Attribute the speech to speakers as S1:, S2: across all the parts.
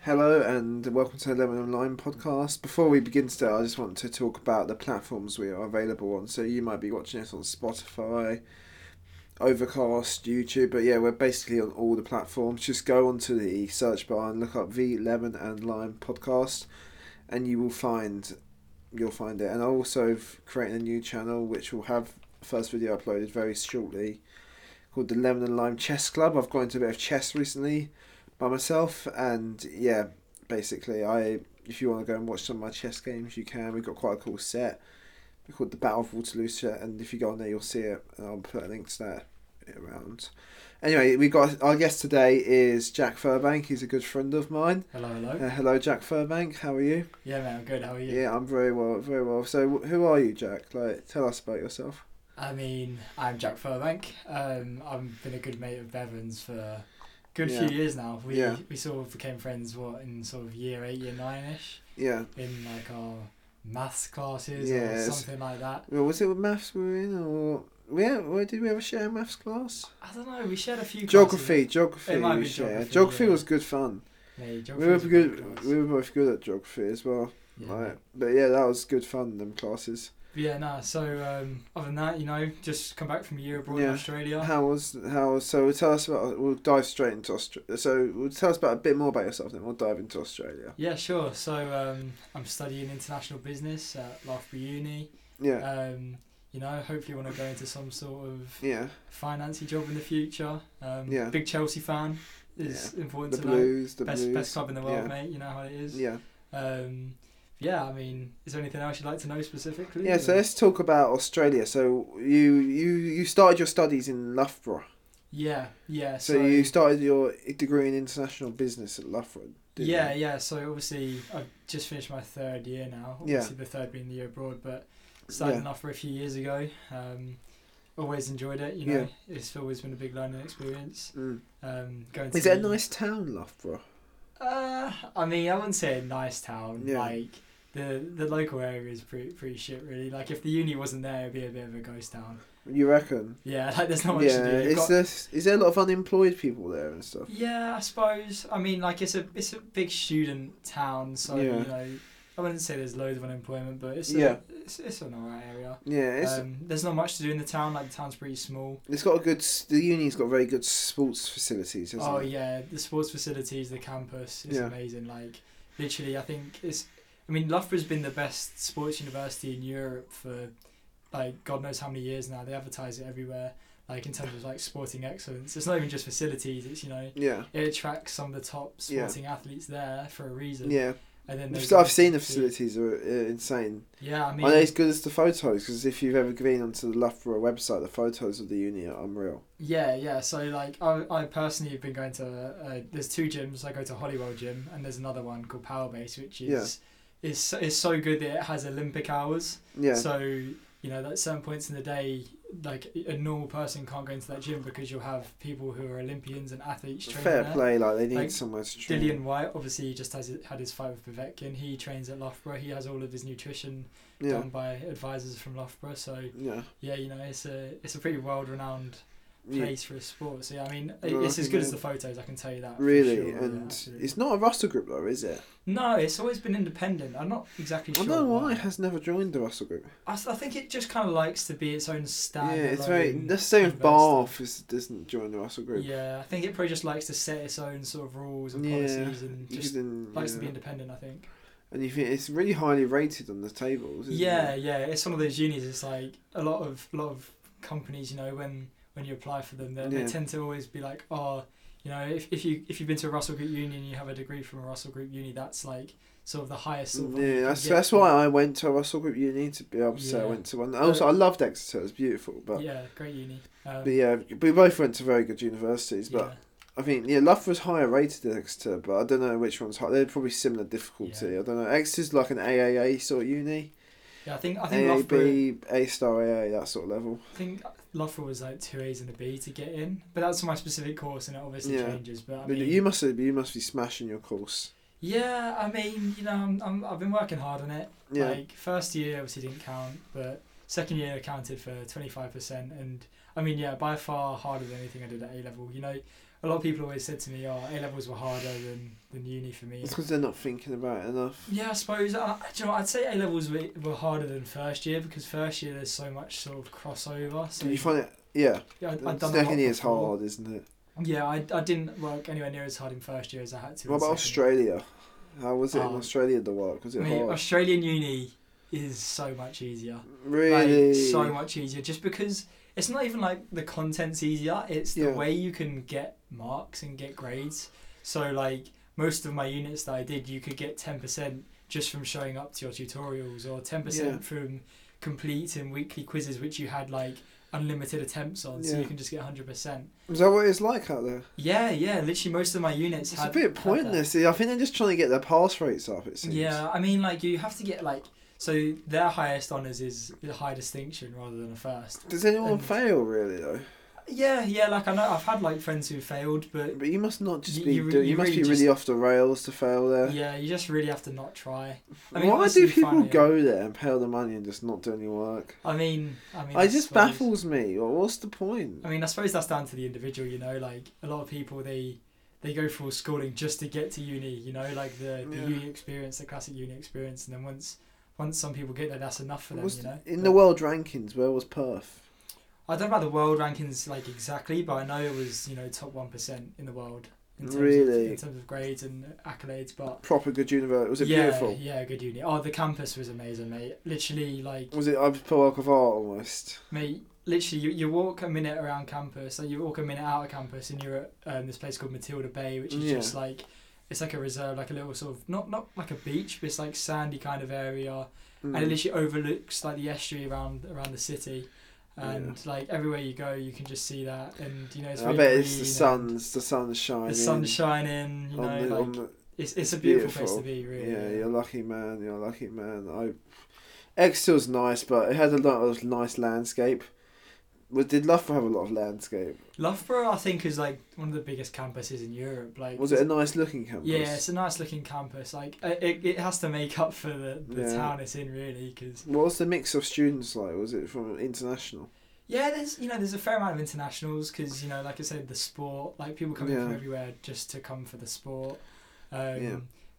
S1: Hello and welcome to the Lemon Online podcast. Before we begin today, I just want to talk about the platforms we are available on. So you might be watching us on Spotify, Overcast, YouTube, but yeah, we're basically on all the platforms. Just go onto the search bar and look up the Lemon and Lime podcast, and you will find you'll find it. And I also have created a new channel which will have first video uploaded very shortly, called the Lemon and Lime Chess Club. I've got into a bit of chess recently by myself, and yeah, basically, I if you want to go and watch some of my chess games, you can. We've got quite a cool set We're called the Battle of Waterloo set, and if you go on there, you'll see it. And I'll put a link to that around. Anyway, we got our guest today is Jack Furbank. He's a good friend of mine.
S2: Hello, hello.
S1: Uh, hello, Jack Furbank. How are you?
S2: Yeah, man, I'm good. How are you?
S1: Yeah, I'm very well, very well. So, wh- who are you, Jack? Like, tell us about yourself.
S2: I mean, I'm Jack Furbank. Um, I've been a good mate of Bevan's for a good
S1: Yeah.
S2: few years now. We
S1: Yeah.
S2: we sort of became friends what in sort of year eight, year nine ish
S1: Yeah.
S2: in like our maths classes
S1: Yes.
S2: or something like that.
S1: Well, was it with maths we were in, or yeah? Where did we ever share a maths class?
S2: I don't know. We shared a few
S1: Geography, geography.
S2: It might
S1: we
S2: be
S1: shared.
S2: geography,
S1: geography
S2: yeah.
S1: was good fun.
S2: Classes. Yeah,
S1: We
S2: geography
S1: were
S2: was a good
S1: good.
S2: class.
S1: We were both good at geography as well.
S2: yeah.
S1: Right, but yeah, that was good fun. Them classes.
S2: But yeah, nah. So um, other than that, you know, just come back from a year abroad in
S1: Yeah.
S2: Australia.
S1: How was how? Was, so tell us about. We'll dive straight into Australia. So we'll tell us about a bit more about yourself. Then we'll dive into Australia.
S2: Yeah, sure. So um, I'm studying international business at Loughborough Uni.
S1: Yeah,
S2: um, you know, hopefully want to go into some sort of
S1: yeah.
S2: financy job in the future. Um,
S1: Yeah.
S2: Big Chelsea fan is important
S1: The
S2: to know.
S1: blues, the
S2: Best
S1: blues.
S2: best club in the world,
S1: yeah.
S2: mate. You know how it is.
S1: Yeah,
S2: Um, yeah, I mean, is there anything else you'd like to know specifically?
S1: yeah. So
S2: or-
S1: let's talk about Australia. So you you you started your studies in Loughborough.
S2: yeah, yeah.
S1: So,
S2: So,
S1: you started your degree in international business at Loughborough. Didn't
S2: yeah,
S1: You?
S2: yeah. So obviously, I've just finished my third year now.
S1: Yeah.
S2: Obviously, the third being the year abroad, but started
S1: Yeah.
S2: enough for a few years ago. Um, always enjoyed it. You know, it's always been a big learning experience.
S1: Mm.
S2: Um, going
S1: Is
S2: to
S1: it a
S2: the-
S1: nice town, Loughborough?
S2: Uh, I mean, I wouldn't say a nice town.
S1: Yeah.
S2: Like the the local area is pretty pretty shit, really. Like if the uni wasn't there, it'd be a bit of a ghost town.
S1: You reckon?
S2: Yeah, like there's not much
S1: yeah,
S2: to do. You've
S1: is
S2: got-
S1: this is there a lot of unemployed people there and stuff?
S2: yeah, I suppose. I mean, like it's a it's a big student town, so
S1: Yeah.
S2: you know, I wouldn't say there's loads of unemployment, but it's a,
S1: Yeah.
S2: it's, it's an alright area.
S1: Yeah, it's
S2: um, there's not much to do in the town. Like the town's pretty small.
S1: it's got a good. s- The uni's got very good sports facilities, hasn't
S2: Oh
S1: it?
S2: yeah, the sports facilities, the campus is
S1: Yeah.
S2: amazing. Like literally, I think it's. I mean, Loughborough's been the best sports university in Europe for like God knows how many years now. They advertise it everywhere. Like in terms of like sporting excellence, it's not even just facilities. It's you know
S1: Yeah,
S2: it attracts some of the top
S1: Yeah.
S2: sporting athletes there for a reason.
S1: yeah.
S2: and then
S1: The
S2: those
S1: f- I've seen the
S2: universities-
S1: facilities are uh, insane.
S2: Yeah, I
S1: I,
S2: mean,
S1: know it's good as the photos because if you've ever been onto the Loughborough website, the photos of the uni are unreal.
S2: Yeah, yeah. So like, I, I personally have been going to. Uh, there's two gyms. I go to Hollywell Gym, and there's another one called Power Base, which is is is so good that it has Olympic hours.
S1: Yeah,
S2: So you know, at certain points in the day, like a normal person can't go into that gym because you'll have people who are Olympians and athletes training
S1: fair
S2: there.
S1: play. Like they need
S2: Like,
S1: somewhere to train.
S2: Dillian White obviously just has had his fight with Povetkin. He trains at Loughborough. He has all of his nutrition
S1: yeah,
S2: done by advisors from Loughborough. So
S1: yeah.
S2: yeah, you know, it's a it's a pretty world renowned
S1: Yeah.
S2: place for a sport. So yeah, I mean, it-
S1: Well,
S2: it's
S1: I
S2: as
S1: think
S2: good as
S1: that-
S2: the photos. I can tell you that. for
S1: Really,
S2: sure, yeah,
S1: and
S2: absolutely.
S1: it's not a Russell group though, is it?
S2: no, it's always been independent. I'm not exactly sure.
S1: I don't know why it has never joined the Russell group.
S2: I, s- I think it just kind of likes to be its own
S1: yeah,
S2: stand.
S1: it's very.
S2: alone
S1: That's the same with
S2: university.
S1: Bath, is, doesn't join the Russell group.
S2: Yeah, I think it probably just likes to set its own sort of rules and
S1: Yeah,
S2: policies and
S1: You
S2: just
S1: can-
S2: likes to be
S1: yeah.
S2: independent. I think.
S1: And you think it's really highly rated on the tables. Isn't
S2: Yeah,
S1: It?
S2: yeah, it's one of those unis. It's like a lot of lot of companies, you know, when when you apply for them, they,
S1: Yeah.
S2: they tend to always be like, oh, you know, if, if you if you've been to a Russell Group uni and you have a degree from a Russell Group uni, that's like sort of the highest. Sort of honour you
S1: yeah,
S2: can
S1: that's
S2: get.
S1: that's why I went to a Russell Group Uni to be able to say I
S2: Yeah.
S1: went to one. Also, I loved Exeter; it's beautiful. But
S2: yeah, great uni. Um,
S1: but yeah, we both went to very good universities. But
S2: yeah.
S1: I think yeah, Loughborough's higher rated than Exeter, but I don't know which one's high. They're probably similar difficulty. I don't know. Exeter's like an AAA sort of uni,
S2: Yeah, I think I think Loughborough,
S1: AAB, A star AA, that sort of level.
S2: I think Loughborough was like two A's and a B to get in, but that's my specific course, and it obviously
S1: Yeah.
S2: changes. But I
S1: But
S2: mean,
S1: you must have, you must be smashing your course.
S2: yeah, I mean, you know, I'm, I'm, I've been working hard on it.
S1: Yeah,
S2: Like first year obviously didn't count, but second year accounted for twenty five percent, and I mean yeah, by far harder than anything I did at A level. You know, a lot of people always said to me, "Oh, A levels were harder than, than uni for me."
S1: It's because they're not thinking about it enough.
S2: Yeah, I suppose. I, I- do you know, what, I'd say A levels were, were harder than first year because first year there's so much sort of crossover. So
S1: Do you find it? Yeah.
S2: yeah, I'd, I'd done a lot
S1: Second year's
S2: before.
S1: hard, isn't it?
S2: Yeah, I, I didn't work anywhere near as hard in first year as I had to.
S1: What
S2: in
S1: about
S2: second.
S1: Australia? How was it in
S2: Oh.
S1: Australia? The work was
S2: I
S1: it
S2: mean,
S1: hard?
S2: Australian uni is so much easier.
S1: Really?
S2: Like, so much easier just because it's not even like the content's easier, it's the
S1: Yeah.
S2: way you can get marks and get grades. So, like, most of my units that I did, you could get 10% just from showing up to your tutorials or 10%
S1: Yeah.
S2: from completing weekly quizzes, which you had like unlimited attempts on, so
S1: Yeah.
S2: you can just get 100%.
S1: Is that what it's like out there?
S2: Yeah, yeah, literally most of my units
S1: It's,
S2: had.
S1: a bit
S2: had that.
S1: pointless. I think they're just trying to get their pass rates up. It seems.
S2: Yeah, I mean, like you have to get like so their highest honors is the high distinction rather than a first.
S1: Does anyone
S2: And-
S1: fail really though?
S2: Yeah, yeah, like I know I've had like friends who failed, but
S1: But you must not just
S2: You-
S1: be.
S2: you
S1: You,
S2: re-
S1: you,
S2: you
S1: must
S2: really
S1: be really off the rails to fail there.
S2: yeah, you just really have to not try. I mean,
S1: Why
S2: honestly,
S1: do people
S2: finally-
S1: go there and pay all the money and just not do any work?
S2: I mean, I mean,
S1: it just
S2: suppose-
S1: baffles me. Well, what's the point?
S2: I mean, I suppose that's down to the individual, you know. Like a lot of people, they they go through schooling just to get to uni, you know, like the, the
S1: Yeah.
S2: uni experience, the classic uni experience, and then once once some people get there, that's enough for them,
S1: What's-
S2: you know.
S1: in
S2: But-
S1: the world rankings, where was Perth?
S2: I don't know about the world rankings like exactly, but I know it was you know top one percent in the world in terms
S1: Really?
S2: of, in terms of grades and accolades. But
S1: Proper good university. Was it
S2: yeah,
S1: beautiful?
S2: Yeah, good uni. Oh, the campus was amazing, mate. Literally, like,
S1: Was it a work of art almost?
S2: mate, literally, you, you walk a minute around campus, like you walk a minute out of campus, and you're at um, this place called Matilda Bay, which is
S1: Yeah.
S2: just like it's like a reserve, like a little sort of not not like a beach, but it's like sandy kind of area. and it
S1: Mm.
S2: literally overlooks like the estuary around around the city, and like everywhere you go, you can just see that, and you know it's.
S1: I
S2: really
S1: bet it's the
S2: green and
S1: sun's the sun's shining.
S2: The sun's shining. You know,
S1: on the,
S2: like
S1: on the,
S2: it's it's a beautiful, place to
S1: beautiful.
S2: be, really.
S1: yeah, you're lucky, man. You're lucky, man. I Exeter's nice, but it had a lot of nice landscape. Well, did Loughborough have a lot of landscape?
S2: Loughborough, I think, is like one of the biggest campuses in Europe. Like,
S1: Was it a nice looking campus?
S2: Yeah, it's a nice looking campus. Like, it, it, it has to make up for the, the
S1: Yeah.
S2: town it's in, really, because
S1: What was the mix of students like? Was it from international?
S2: yeah, there's you know there's a fair amount of internationals because you know like I said the sport like people coming from
S1: Yeah.
S2: everywhere just to come for the sport. Um,
S1: Yeah.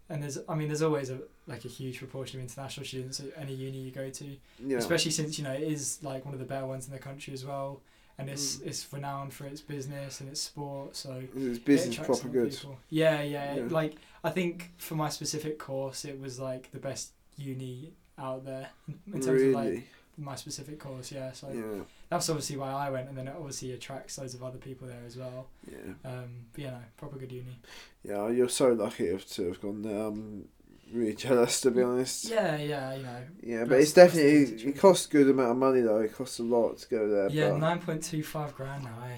S2: And there's I mean there's always a like a huge proportion of international students at any uni you go to,
S1: Yeah.
S2: especially since you know it is like one of the better ones in the country as well, and it's
S1: Mm.
S2: it's renowned for its business and its sport. So it
S1: It's business
S2: attracts a
S1: proper
S2: lot of
S1: good.
S2: people. Yeah, yeah,
S1: Yeah.
S2: Like I think for my specific course, it was like the best uni out there in terms
S1: Really?
S2: of like my specific course. Yeah. So
S1: yeah.
S2: that's obviously why I went, and then it obviously attracts loads of other people there as well.
S1: Yeah.
S2: Um, but you know, proper good uni.
S1: Yeah, you're so lucky if- to have gone there. I'm really jealous to be honest.
S2: Yeah, yeah, you know.
S1: Yeah, but
S2: That's-
S1: it's
S2: that's the
S1: definitely
S2: situation.
S1: it costs a good amount of money though. It costs a lot to go there.
S2: Yeah,
S1: but
S2: nine point two five grand now. Eh?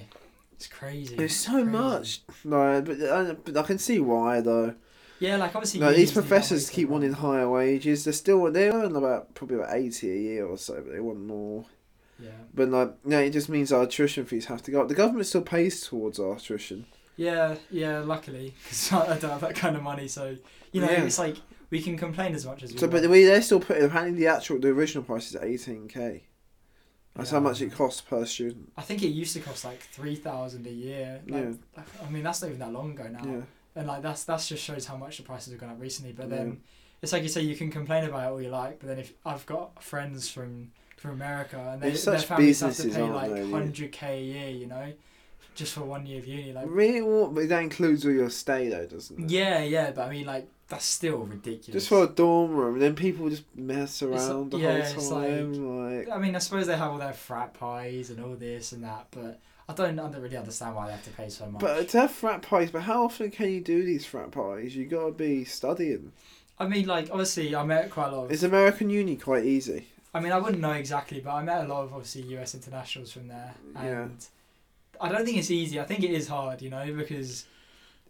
S2: It's crazy.
S1: It's so
S2: Crazy.
S1: much. No, but I, but I can see why though.
S2: Yeah, like obviously.
S1: No, these
S2: unis need
S1: professors
S2: always
S1: keep
S2: more.
S1: wanting higher wages. They're still they earn about probably about eighty a year or so, but they want more.
S2: Yeah.
S1: But like, no, it just means our tuition fees have to go up. The government still pays towards our tuition.
S2: Yeah, yeah. Luckily, because I don't have that kind of money, so you know,
S1: Yeah.
S2: it's like we can complain as much as we.
S1: So, but
S2: want.
S1: we they're still putting apparently the actual the original price is eighteen k. That's how
S2: Yeah.
S1: much it costs per student.
S2: I think it used to cost like three thousand a year. Like, I mean, that's not even that long ago now.
S1: Yeah.
S2: and like that's that's just shows how much the prices have gone up recently. But
S1: Yeah.
S2: then it's like you say, you can complain about it all you like, but then if I've got friends from from America and they,
S1: They're
S2: their
S1: such
S2: families have to
S1: businesses,
S2: pay
S1: aren't
S2: like
S1: they, really?
S2: hundred k a year, you know, just for one year of uni. Like
S1: Really, what? But that includes all your stay though, doesn't it?
S2: yeah, yeah, but I mean like that's still ridiculous.
S1: Just for a dorm room, then people just mess around the
S2: yeah, it's
S1: whole time. Like,
S2: I mean, I suppose they have all their frat pies and all this and that, but I don't, I don't really understand why they have to pay so much.
S1: But to have frat parties, but how often can you do these frat parties? You gotta be studying.
S2: I mean, like obviously, I met quite a lot of
S1: Is American uni quite easy?
S2: I mean, I wouldn't know exactly, but I met a lot of obviously US internationals from there, and
S1: Yeah.
S2: I don't think it's easy. I think it is hard, you know, because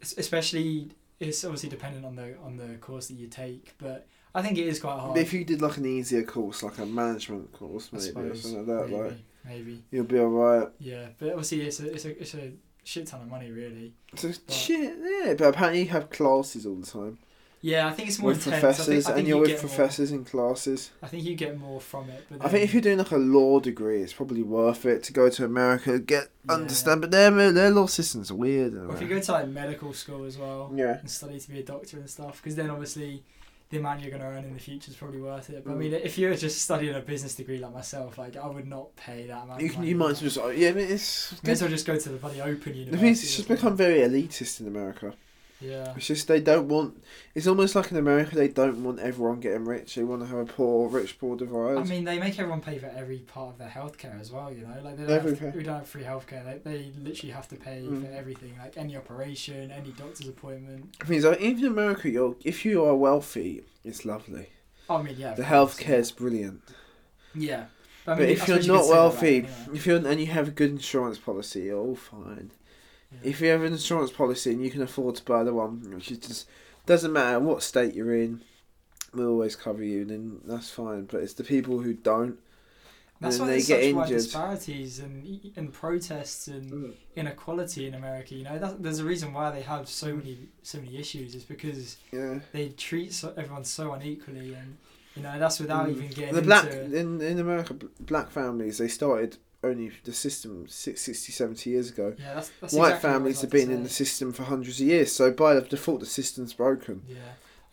S2: es- especially it's obviously dependent on the on the course that you take, but I think it is quite hard.
S1: If you did like an easier course, like a management course,
S2: Oh, I
S1: maybe or
S2: suppose,
S1: something like that,
S2: maybe,
S1: like
S2: maybe,
S1: you'll be alright.
S2: yeah. But obviously, it's a it's a it's a shit ton of money, really.
S1: So shit, yeah. But apparently you have classes all the time.
S2: Yeah, I think it's more
S1: with
S2: intense.
S1: professors,
S2: I think, I think
S1: and
S2: you
S1: you're with
S2: get more-
S1: professors in classes.
S2: I think you get more from it. But
S1: I think if
S2: then-
S1: you're doing like a law degree, it's probably worth it to go to America, get
S2: Yeah.
S1: understand. But their their law system's weird. in
S2: or if you
S1: America.
S2: go to like medical school as well
S1: yeah,
S2: and study to be a doctor and stuff, because then obviously the amount you're going to earn in the future is probably worth it. But I mean,
S1: Mm.
S2: if you're just studying a business degree like myself, like I would not pay that amount.
S1: you
S2: of
S1: can,
S2: money.
S1: you might as well just yeah. I mean, it's
S2: May as well just go to the bloody open
S1: the
S2: university.
S1: thing is, it's
S2: or
S1: just
S2: something.
S1: become very elitist in America.
S2: Yeah.
S1: It's just they don't want. It's almost like in America they don't want everyone getting rich. They want to have a poor rich poor divide.
S2: I mean, they make everyone pay for every part of their healthcare as well. You know, like they don't
S1: Everything.
S2: have, we don't have free healthcare. They they literally have to pay
S1: Mm.
S2: for everything, like any operation, any doctor's appointment.
S1: The thing is, like, even in America, you're if you are wealthy, it's lovely.
S2: I mean, yeah. of
S1: The
S2: course,
S1: healthcare's brilliant.
S2: Yeah. yeah. I
S1: But
S2: mean, I
S1: if you're
S2: suppose you could
S1: not
S2: say that about
S1: wealthy,
S2: it anyway.
S1: if you're and you have a good insurance policy, you're all fine.
S2: Yeah.
S1: If you have an insurance policy and you can afford to buy the one, which is just doesn't matter what state you're in, we'll always cover you. Then that's fine. But it's the people who don't.
S2: That's
S1: then
S2: why
S1: they
S2: there's
S1: get
S2: such wide
S1: injured.
S2: disparities and and protests and inequality in America. You know, that, there's a reason why they have so
S1: Mm.
S2: many so many issues. Is because
S1: Yeah.
S2: they treat so, everyone so unequally, and you know that's without
S1: Mm.
S2: even getting
S1: the black
S2: into
S1: in in America, b- black families they started only the system si- 60, 70 years ago.
S2: Yeah, that's, that's
S1: White
S2: exactly what I was
S1: families have
S2: about to
S1: been in the
S2: say.
S1: system for hundreds of years, so by default the system's broken.
S2: Yeah,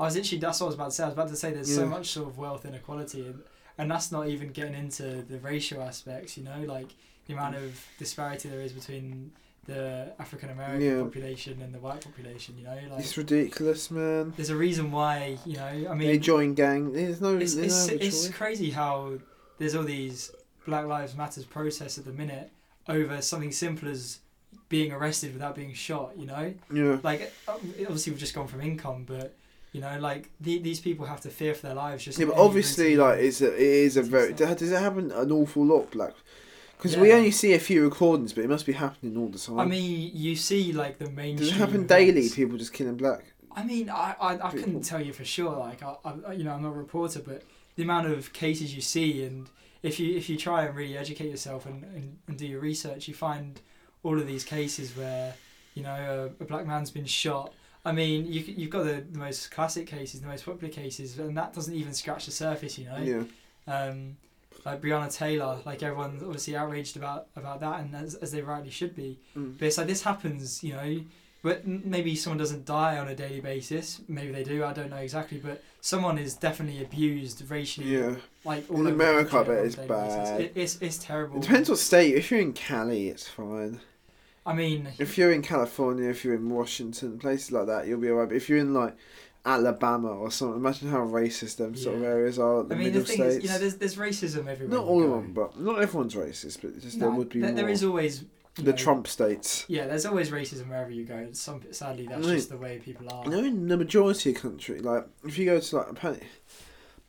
S2: I was literally that's what I was about to say. I was about to say there's so
S1: Yeah.
S2: much sort of wealth inequality, and, and that's not even getting into the racial aspects. You know, like the amount
S1: Mm.
S2: of disparity there is between the African American
S1: Yeah.
S2: population and the white population. You know, like
S1: It's ridiculous, man.
S2: there's a reason why. You know, I
S1: they
S2: mean,
S1: join gang. There's no.
S2: it's
S1: there's
S2: it's,
S1: no other
S2: it's
S1: choice.
S2: crazy how there's all these Black Lives Matters protests at the minute over something simple as being arrested without being shot. You know,
S1: yeah.
S2: like uh, obviously we've just gone from income, but you know, like the, these people have to fear for their lives. Just
S1: Yeah, but
S2: any
S1: obviously,
S2: routine.
S1: like it's a, it is a
S2: It's
S1: very.
S2: insane.
S1: Does it happen an awful lot, Black? Because we
S2: Yeah.
S1: only see a few recordings, but it must be happening all the time.
S2: I mean, you see, like the main.
S1: does it happen daily? People just killing black.
S2: I mean, I I, I
S1: People.
S2: couldn't tell you for sure. Like I, I, you know, I'm not a reporter, but the amount of cases you see, and if you if you try and really educate yourself and and, and do your research, you find all of these cases where you know a, a black man's been shot. I mean, you, c- you've got the, the most classic cases, the most popular cases, and that doesn't even scratch the surface, you know?
S1: Yeah.
S2: um, like Breonna Taylor, like everyone's obviously outraged about about that, and as, as they rightly should be.
S1: Mm.
S2: But it's like this happens, you know. But m- maybe someone doesn't die on a daily basis. Maybe they do. I don't know exactly. But someone is definitely abused racially.
S1: Yeah.
S2: Like
S1: In
S2: all over the
S1: America, I
S2: country
S1: bet
S2: on a
S1: it's
S2: daily
S1: bad.
S2: It, it's it's terrible.
S1: It depends what state. If you're in Cali, it's fine.
S2: I mean,
S1: If you're in California, if you're in Washington, places like that, you'll be alright. But if you're in like Alabama or something, imagine how racist them sort of
S2: Yeah.
S1: areas are. Like
S2: I
S1: the
S2: mean,
S1: middle
S2: the thing
S1: states.
S2: is, you know, there's there's racism everywhere.
S1: not
S2: you
S1: all of
S2: go.
S1: them, but not everyone's racist. But just there
S2: No,
S1: would be
S2: there-
S1: more.
S2: there is always you
S1: the
S2: know,
S1: Trump states.
S2: Yeah, there's always racism wherever you go. Some sadly, that's
S1: No.
S2: just the way people are.
S1: You know, in the majority of country, like if you go to like, apparently,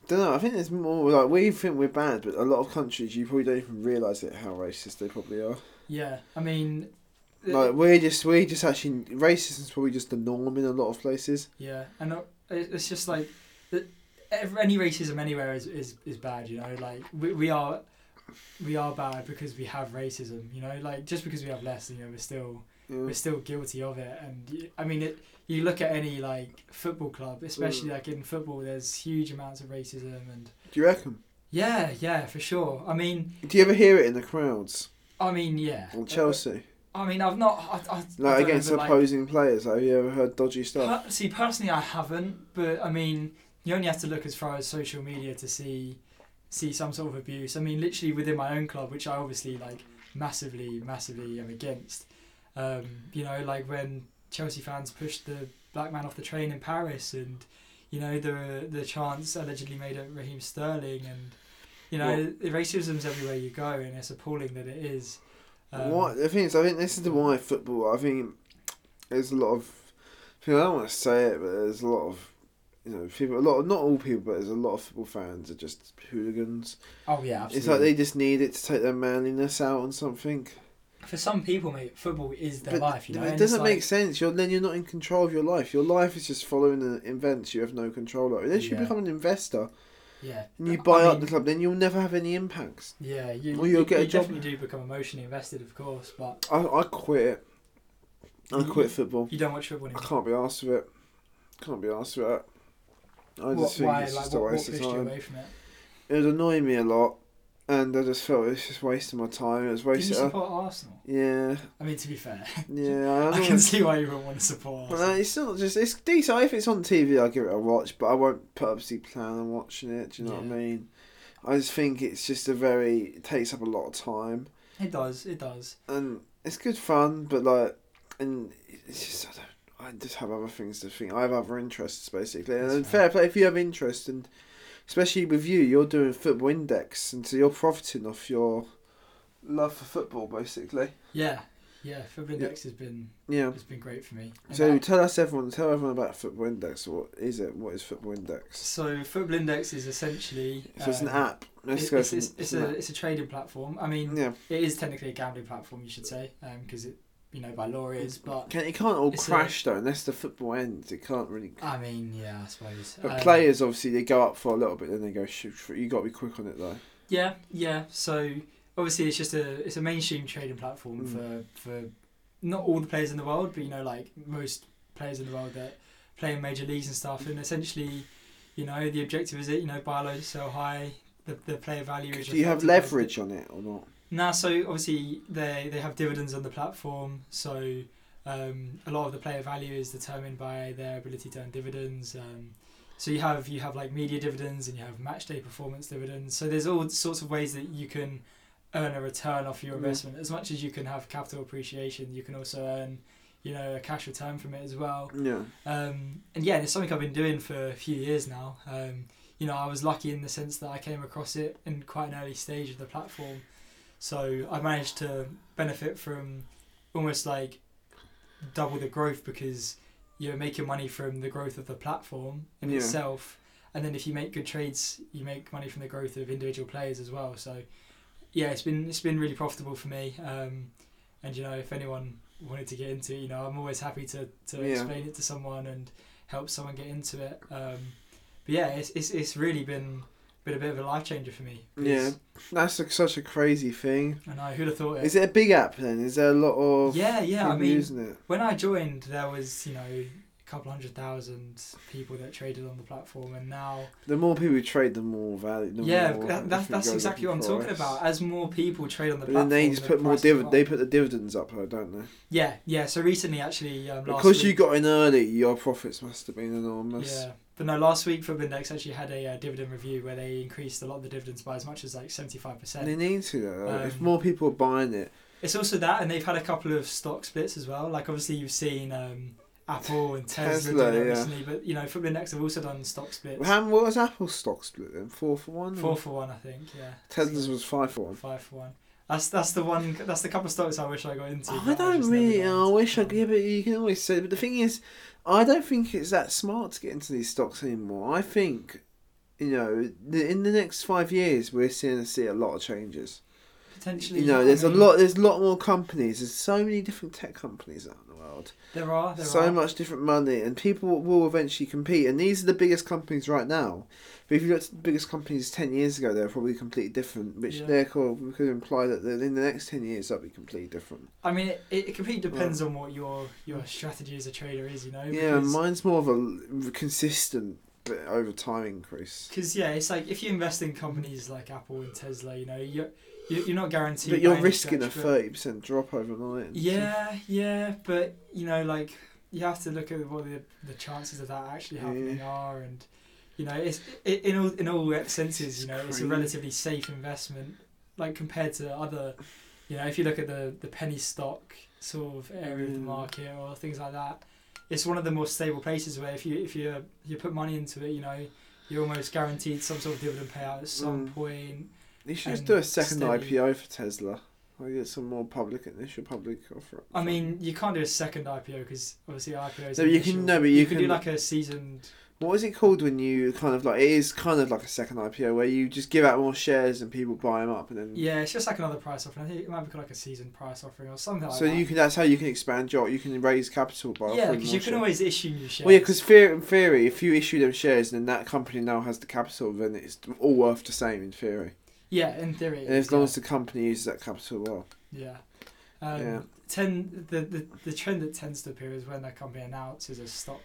S1: don't know. I think there's more like we think we're bad, but a lot of countries you probably don't even realise it how racist they probably are.
S2: Yeah, I mean,
S1: Like we're just we just actually racism's probably just the norm in a lot of places.
S2: Yeah, and uh, it- it's just like it- ev- any racism anywhere is, is, is bad. You know, like we, we are we are bad because we have racism. You know, like just because we have less, you know, we're still
S1: Yeah.
S2: we're still guilty of it. And y- I mean, it, you look at any like football club, especially like in football, there's huge amounts of racism and
S1: Do you reckon?
S2: yeah, yeah, for sure. I mean,
S1: Do you ever hear it in the crowds
S2: I mean, yeah.
S1: on Chelsea?
S2: I mean, I've not. I, I, I
S1: Like
S2: don't
S1: against
S2: know, but, like,
S1: opposing players, have you ever heard dodgy stuff?
S2: Per- see, personally, I haven't, but I mean, you only have to look as far as social media to see see some sort of abuse. I mean, literally within my own club, which I obviously like massively, massively am against. Um, you know, like when Chelsea fans pushed the black man off the train in Paris, and you know the the chants allegedly made at Raheem Sterling, and you know the racism's everywhere you go, and it's appalling that it is. Um,
S1: what the thing is, I think this is the why football. I think there's a lot of. I don't want to say it, but there's a lot of, you know, people. A lot of not all people, but there's a lot of football fans are just hooligans.
S2: Oh yeah, absolutely.
S1: It's like they just need it to take their manliness out on something.
S2: For some people, mate, football is their life. You know,
S1: it
S2: and it's
S1: doesn't
S2: like-
S1: make sense. You're then you're not in control of your life. Your life is just following the events you have no control over. Unless you
S2: Yeah.
S1: become an investor
S2: Yeah.
S1: and you
S2: I
S1: buy up
S2: mean,
S1: the club, then you'll never have any impacts.
S2: Yeah, you,
S1: Well,
S2: you,
S1: you'll get a
S2: you
S1: job.
S2: definitely do become emotionally invested, of course, but
S1: I I quit. I
S2: You-
S1: quit football.
S2: Mm-hmm. you don't watch football
S1: I
S2: anymore.
S1: can't be asked with it. Can't be asked with it. I
S2: what,
S1: just think
S2: why,
S1: it's
S2: like,
S1: just
S2: what,
S1: a
S2: what
S1: waste
S2: pushed
S1: of
S2: you
S1: time.
S2: away from it?
S1: It was annoying me a lot, and I just felt it was just wasting my time. It was
S2: Did you
S1: wasting.
S2: support Arsenal?
S1: yeah,
S2: I mean, to be fair,
S1: yeah. I,
S2: I
S1: don't
S2: can see why you would want to support
S1: Well, no,
S2: Arsenal.
S1: it's not just it's decent. If it's on TV, I'll give it a watch, but I won't purposely plan on watching it. Do you know what
S2: Yeah.
S1: I mean? I just think it's just a very it takes up a lot of time,
S2: It does, it does.
S1: and it's good fun, but like, and it's just I don't. I just have other things to think. I have other interests basically, and
S2: That's
S1: then
S2: fair.
S1: fair play if you have interest, and especially with you, you're doing football index, and so you're profiting off your love for football basically.
S2: Yeah, yeah. Football
S1: Yeah.
S2: Index has been
S1: Yeah.
S2: has been great for me. And
S1: So
S2: that-
S1: tell us everyone, tell everyone about Football Index. What is it? What is Football Index?
S2: so Football Index is essentially
S1: So it's an
S2: um,
S1: app. Let's
S2: it-
S1: go
S2: it's,
S1: from,
S2: it's, it's
S1: from
S2: a
S1: that.
S2: it's a trading platform. I mean,
S1: yeah.
S2: it is technically a gambling platform, you should say, because it you know by law it is. But
S1: Can, it can't all
S2: it's a-
S1: crash though unless the football ends. It can't really.
S2: I mean, yeah, I suppose.
S1: But
S2: Um,
S1: players obviously they go up for a little bit, then they go shoot. shoot. You got to be quick on it though.
S2: Yeah, yeah. So obviously it's just a it's a mainstream trading platform
S1: Mm.
S2: for for not all the players in the world, but you know like most players in the world that play in major leagues and stuff. And essentially, you know, the objective is that you know buy low, sell high. The, the player value is.
S1: Do you have
S2: reflected by-
S1: leverage on it or not?
S2: Nah, so obviously they they have dividends on the platform, so um, a lot of the player value is determined by their ability to earn dividends. Um, so you have you have like media dividends and you have match day performance dividends. So there's all sorts of ways that you can earn a return off your
S1: Mm.
S2: investment. As much as you can have capital appreciation, you can also earn you know a cash return from it as well.
S1: Yeah.
S2: Um, and yeah, and it's something I've been doing for a few years now. Um, you know, I was lucky in the sense that I came across it in quite an early stage of the platform. So I managed to benefit from almost like double the growth because you're making money from the growth of the platform in
S1: Yeah.
S2: itself. And then if you make good trades, you make money from the growth of individual players as well. So yeah, it's been it's been really profitable for me. Um, and you know, if anyone wanted to get into it, you know, I'm always happy to, to
S1: Yeah.
S2: explain it to someone and help someone get into it. Um, but yeah, it's, it's it's really been been a bit of a life changer for me.
S1: Yeah. That's a, such a crazy thing.
S2: And I who'd have thought it.
S1: Is it a big app then? Is there a lot of
S2: yeah, yeah. I
S1: people
S2: mean,
S1: using it?
S2: when I joined, there was you know a couple hundred thousand people that traded on the platform, and now
S1: The more people who trade, the more value. The
S2: yeah,
S1: more
S2: that, that's
S1: everything
S2: that's
S1: goes up
S2: exactly
S1: in
S2: what I'm talking
S1: price.
S2: about. As more people trade on the
S1: But
S2: platform,
S1: then they just
S2: the
S1: put more
S2: prices go
S1: div.
S2: up.
S1: They put the dividends up, though, don't they?
S2: Yeah, yeah. So recently, actually, um, last
S1: Because you
S2: week-
S1: got in early, your profits must have been enormous.
S2: Yeah, but no, last week Football Index actually had a uh, dividend review where they increased a lot of the dividends by as much as like seventy five
S1: And they
S2: percent.
S1: need to though. Like, if
S2: Um,
S1: more people are buying it,
S2: It's also that, and they've had a couple of stock splits as well. Like obviously you've seen um, Apple and Tesla,
S1: Tesla,
S2: do that
S1: yeah.
S2: recently, but you know Football Index have also done stock splits.
S1: how what was Apple's stock split then? Four for one.
S2: Four for one, I think. Yeah.
S1: Tesla's was five for
S2: So,
S1: one.
S2: five for one. That's that's the one. That's the couple of stocks I wish I got into. but
S1: I don't
S2: just
S1: really.
S2: never got
S1: I
S2: into
S1: wish I
S2: them.
S1: could. Yeah, but you can always say. But the thing is, I don't think it's that smart to get into these stocks anymore. I think, you know, the, in the next five years, we're seeing to see a lot of changes.
S2: Potentially,
S1: You know,
S2: I
S1: there's a
S2: mean,
S1: lot. There's a lot more companies. There's so many different tech companies out in the world.
S2: There are. There
S1: so
S2: are.
S1: much different money, and people will eventually compete. And these are the biggest companies right now. But if you look at the biggest companies ten years ago, they're probably completely different. Which
S2: Yeah.
S1: therefore we could imply that that in the next ten years they'll be completely different.
S2: I mean, it, it completely depends on what your your strategy as a trader is. You know.
S1: yeah,
S2: because-
S1: mine's more of a consistent but over time increase.
S2: Because yeah, it's like if you invest in companies like Apple and Tesla, you know, you're you- you're not guaranteed.
S1: but you're
S2: by any
S1: risking a
S2: stretch, but-
S1: thirty percent drop overnight. and stuff.
S2: Yeah, yeah, but you know, like you have to look at what the the chances of that actually
S1: Yeah.
S2: happening are, and you know, it's i in all in all senses, you know, it's a
S1: Crazy.
S2: relatively safe investment, like compared to other, you know, if you look at the the penny stock sort of area of the
S1: Mm.
S2: market or things like that, it's one of the more stable places where if you if you you put money into it, you know. You're almost guaranteed some sort of dividend payout at some
S1: Mm.
S2: point.
S1: you should just
S2: and
S1: do a second
S2: steady.
S1: IPO for Tesla. I get some more public initial public offer.
S2: I mean, you can't do a second IPO because obviously IPO is
S1: No, but you can-
S2: initial.
S1: no, but you
S2: you can do
S1: can-
S2: like a seasoned
S1: What is it called when you kind of like it is kind of like a second IPO where you just give out more shares and people buy them up and then
S2: Yeah, it's just like another price offering. I think it might be like a season price offering or something like
S1: so
S2: that.
S1: you can that's how you can expand your you can raise capital by
S2: yeah,
S1: offering
S2: because
S1: more
S2: you can
S1: shares.
S2: always issue new shares.
S1: well yeah because theory, in theory if you issue them shares then that company now has the capital then it's all worth the same in theory
S2: yeah, in theory. it
S1: and as
S2: is,
S1: long
S2: yeah.
S1: as the company uses that capital well
S2: yeah, um,
S1: Yeah.
S2: Ten the, the the trend that tends to appear is when a company announces a stock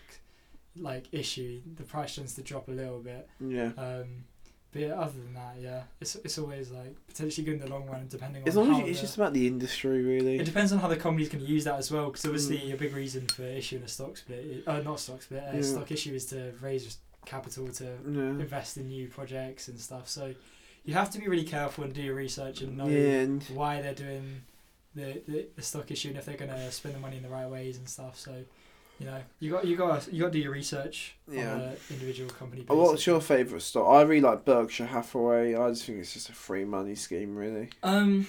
S2: like issue, the price tends to drop a little bit.
S1: Yeah.
S2: Um, but yeah, other than that, yeah, it's it's always like potentially good in the long run, depending on.
S1: As long
S2: how
S1: as you, it's
S2: the-
S1: just about the industry, really.
S2: It depends on how the company's going to use that as well, because obviously
S1: Mm.
S2: a big reason for issuing a stock split, is, uh, not stock split, a
S1: Yeah.
S2: stock issue is to raise capital to
S1: Yeah.
S2: invest in new projects and stuff. So you have to be really careful and do your research and know
S1: Yeah, and
S2: why they're doing the, the, the stock issue and if they're going to spend the money in the right ways and stuff. So you know you got you got you got to do your research
S1: Yeah.
S2: on an individual company.
S1: Oh, what's
S2: basis.
S1: your favourite stock? I really like Berkshire Hathaway. I just think it's just a free money scheme, really.
S2: Um,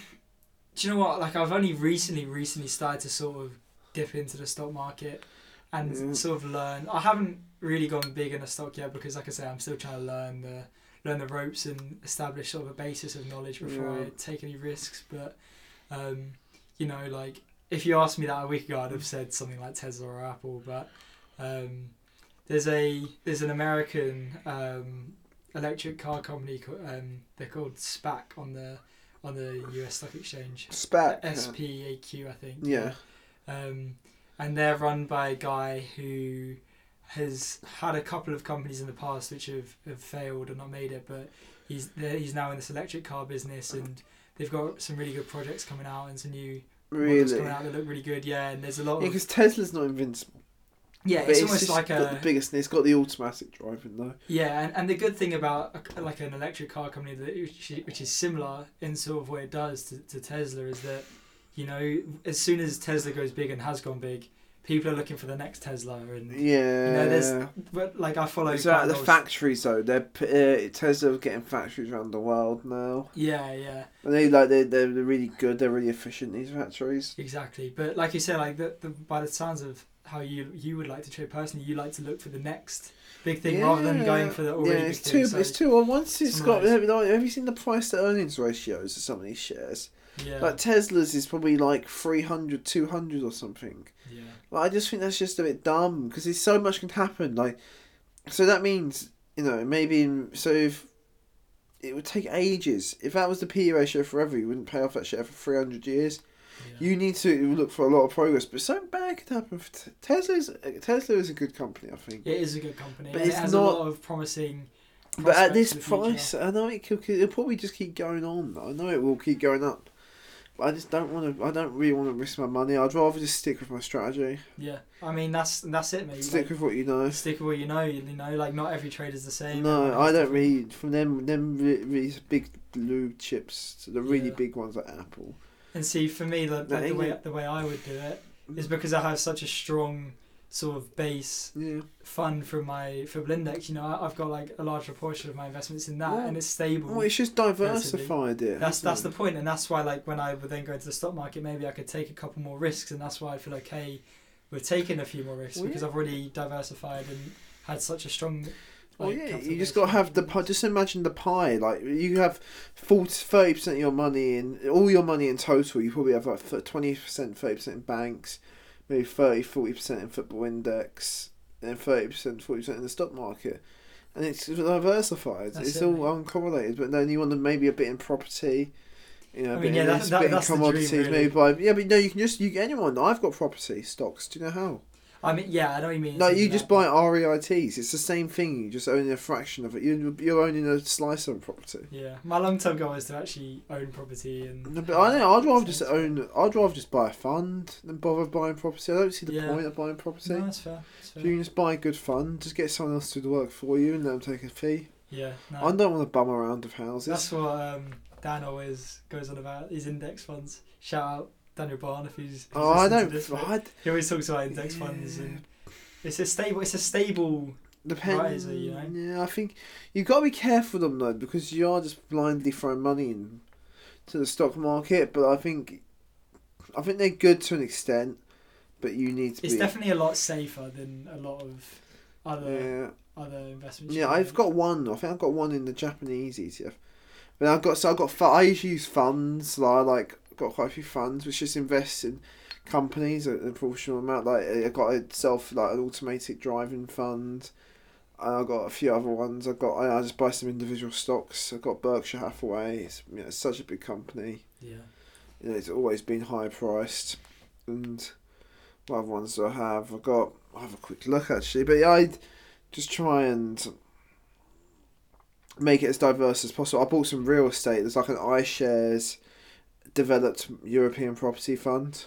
S2: do you know what? Like I've only recently, recently started to sort of dip into the stock market and
S1: Yeah.
S2: sort of learn. I haven't really gone big in the stock yet because, like I say, I'm still trying to learn the learn the ropes and establish sort of a basis of knowledge before
S1: Yeah.
S2: I take any risks. But um, you know, like if you asked me that a week ago, I'd have said something like Tesla or Apple. But um, there's a there's an American um, electric car company. ca- Um, they're called SPAC on the on the U.S. stock exchange.
S1: SPAC.
S2: SPAQ, I think.
S1: Yeah.
S2: Um, and they're run by a guy who has had a couple of companies in the past which have, have failed or not made it, but he's they're- he's now in this electric car business and they've got some really good projects coming out and some new models
S1: Really.
S2: coming
S1: Yeah,
S2: out that look really good. Yeah, and there's a lot of
S1: because Tesla's not invincible.
S2: yeah,
S1: but
S2: it's,
S1: it's,
S2: almost
S1: just
S2: like
S1: got
S2: a
S1: the biggest. It's got the automatic driving though.
S2: Yeah, and, and the good thing about a, like an electric car company that which, is- which is similar in sort of what it does to, to Tesla is that you know as soon as Tesla goes big and has gone big, people are looking for the next Tesla and
S1: Yeah.
S2: Mm. there's but like I follow
S1: it's
S2: quite
S1: out
S2: a
S1: of the
S2: lot of-
S1: factories though. They're p- uh, Tesla are getting factories around the world now,
S2: Yeah, yeah,
S1: and they like they they're really good. They're really efficient. These factories.
S2: exactly. But like you said, like the, the by the sounds of how you you would like to trade personally, you like to look for the next big thing rather than
S1: Yeah.
S2: going for the
S1: Yeah,
S2: already big
S1: it's
S2: thing.
S1: too.
S2: so-
S1: It's too. Well, once it's
S2: eh? some
S1: got.
S2: of those-
S1: Have you seen the price to earnings ratios of some of these shares?
S2: yeah,
S1: Like Tesla's is probably like 300, 200 or something.
S2: yeah,
S1: Like I just think that's just a bit dumb because it's so much can happen. Like, so that means you know maybe in, so if it would take ages. If that was the PE ratio forever, you wouldn't pay off that share for three hundred years.
S2: yeah.
S1: You need to look for a lot of progress, but something bad could happen. For Te- Tesla's Tesla is a good company, I think.
S2: it is a good company.
S1: But
S2: and
S1: it's
S2: it has
S1: not-
S2: a lot of promising.
S1: But at
S2: prospects
S1: this
S2: for the future.
S1: price, I know it could, it'll probably just keep going on. I know it will keep going up. But I just don't want to. I don't really want to risk my money. I'd rather just stick with my strategy.
S2: Yeah, I mean that's that's it, mate.
S1: Stick
S2: Stick,
S1: with what you know.
S2: like, stick with what you know. You know, like not every trade is the same.
S1: No,
S2: Everyone has
S1: I don't
S2: different-
S1: really. From them, them re- these big blue chips, the really
S2: Yeah.
S1: big ones like Apple.
S2: And see, for me,
S1: No,
S2: the, like, the way
S1: England-
S2: the way I would do it is
S1: Mm.
S2: because I have such a strong sort of base
S1: Yeah,
S2: fund from my for Blindex. You know, I, I've got like a large proportion of my investments in that,
S1: Yeah.
S2: and it's stable.
S1: well, it's just diversified it.
S2: that's that's the
S1: hasn't
S2: point, and that's why like when I would then go into the stock market, maybe I could take a couple more risks, and that's why I feel okay with taking a few more risks
S1: Well,
S2: because
S1: yeah.
S2: I've already diversified and had such a strong.
S1: it? Well,
S2: like,
S1: yeah,
S2: capital
S1: you just got
S2: base
S1: to
S2: from
S1: have the
S2: Blindex.
S1: pie. Just imagine the pie. Like you have 30 percent of your money in all your money in total. You probably have like twenty percent, thirty percent in banks, maybe 30 40 percent in football index, and thirty percent, forty percent in the stock market. And it's diversified.
S2: That's
S1: it's
S2: it,
S1: all
S2: mate.
S1: uncorrelated. But then you want to maybe a bit in property. You know, a
S2: I
S1: bit
S2: mean,
S1: in
S2: yeah, that-
S1: this,
S2: that-
S1: bit in
S2: that's the dream,
S1: commodities,
S2: really.
S1: maybe buy. Yeah, but no, you can just you anyone. I've got property stocks. Do you know how?
S2: I mean, yeah, I know what you mean.
S1: No,
S2: It's
S1: you
S2: in
S1: just
S2: that-
S1: buy REITs. It's the same thing. You just own a fraction of it. You're, you're owning a slice of property.
S2: Yeah, my long term goal is to actually own property and.
S1: No, But I know I'd rather just own. I'd rather just buy a fund than bother buying property. I don't see the
S2: Yeah.
S1: point of buying property.
S2: No, that's fair. That's
S1: If
S2: fair.
S1: you can just buy a good fund, just get someone else to do the work for you and let them take a fee.
S2: yeah,
S1: I
S2: no.
S1: don't want to bum around of houses.
S2: Uh, That's what um, Dan always goes on about his index funds. Shout out Daniel Barn if he's. if he's
S1: oh, I
S2: listening to
S1: don't.
S2: this, but
S1: I,
S2: he always talks about index funds and it's a stable. It's a stable.
S1: depends.
S2: Riser, eh, you know?
S1: Yeah, I think you've got to be careful of them though because you are just blindly throwing money in to the stock market. But I think, I think they're good to an extent, but you need to
S2: It's
S1: be.
S2: definitely a lot safer than a lot of other
S1: yeah,
S2: other investments. you
S1: yeah.
S2: can
S1: I've
S2: make.
S1: got one. I think I've got one in the Japanese ETF. But I've got so I've got. fu- I usually use funds. Like I like got quite a few funds, which just invest in companies a, a proportional amount. Like I got a self like an automated driving fund. And I've got a few other ones. I've got I, I just buy some individual stocks. I've got Berkshire Hathaway. It's, you know, it's such a big company.
S2: Yeah.
S1: You know, it's always been high priced. And what other ones do I have? I've got I'll have a quick look actually. But yeah, I just try and make it as diverse as possible. I bought some real estate. There's like an iShares developed European property fund.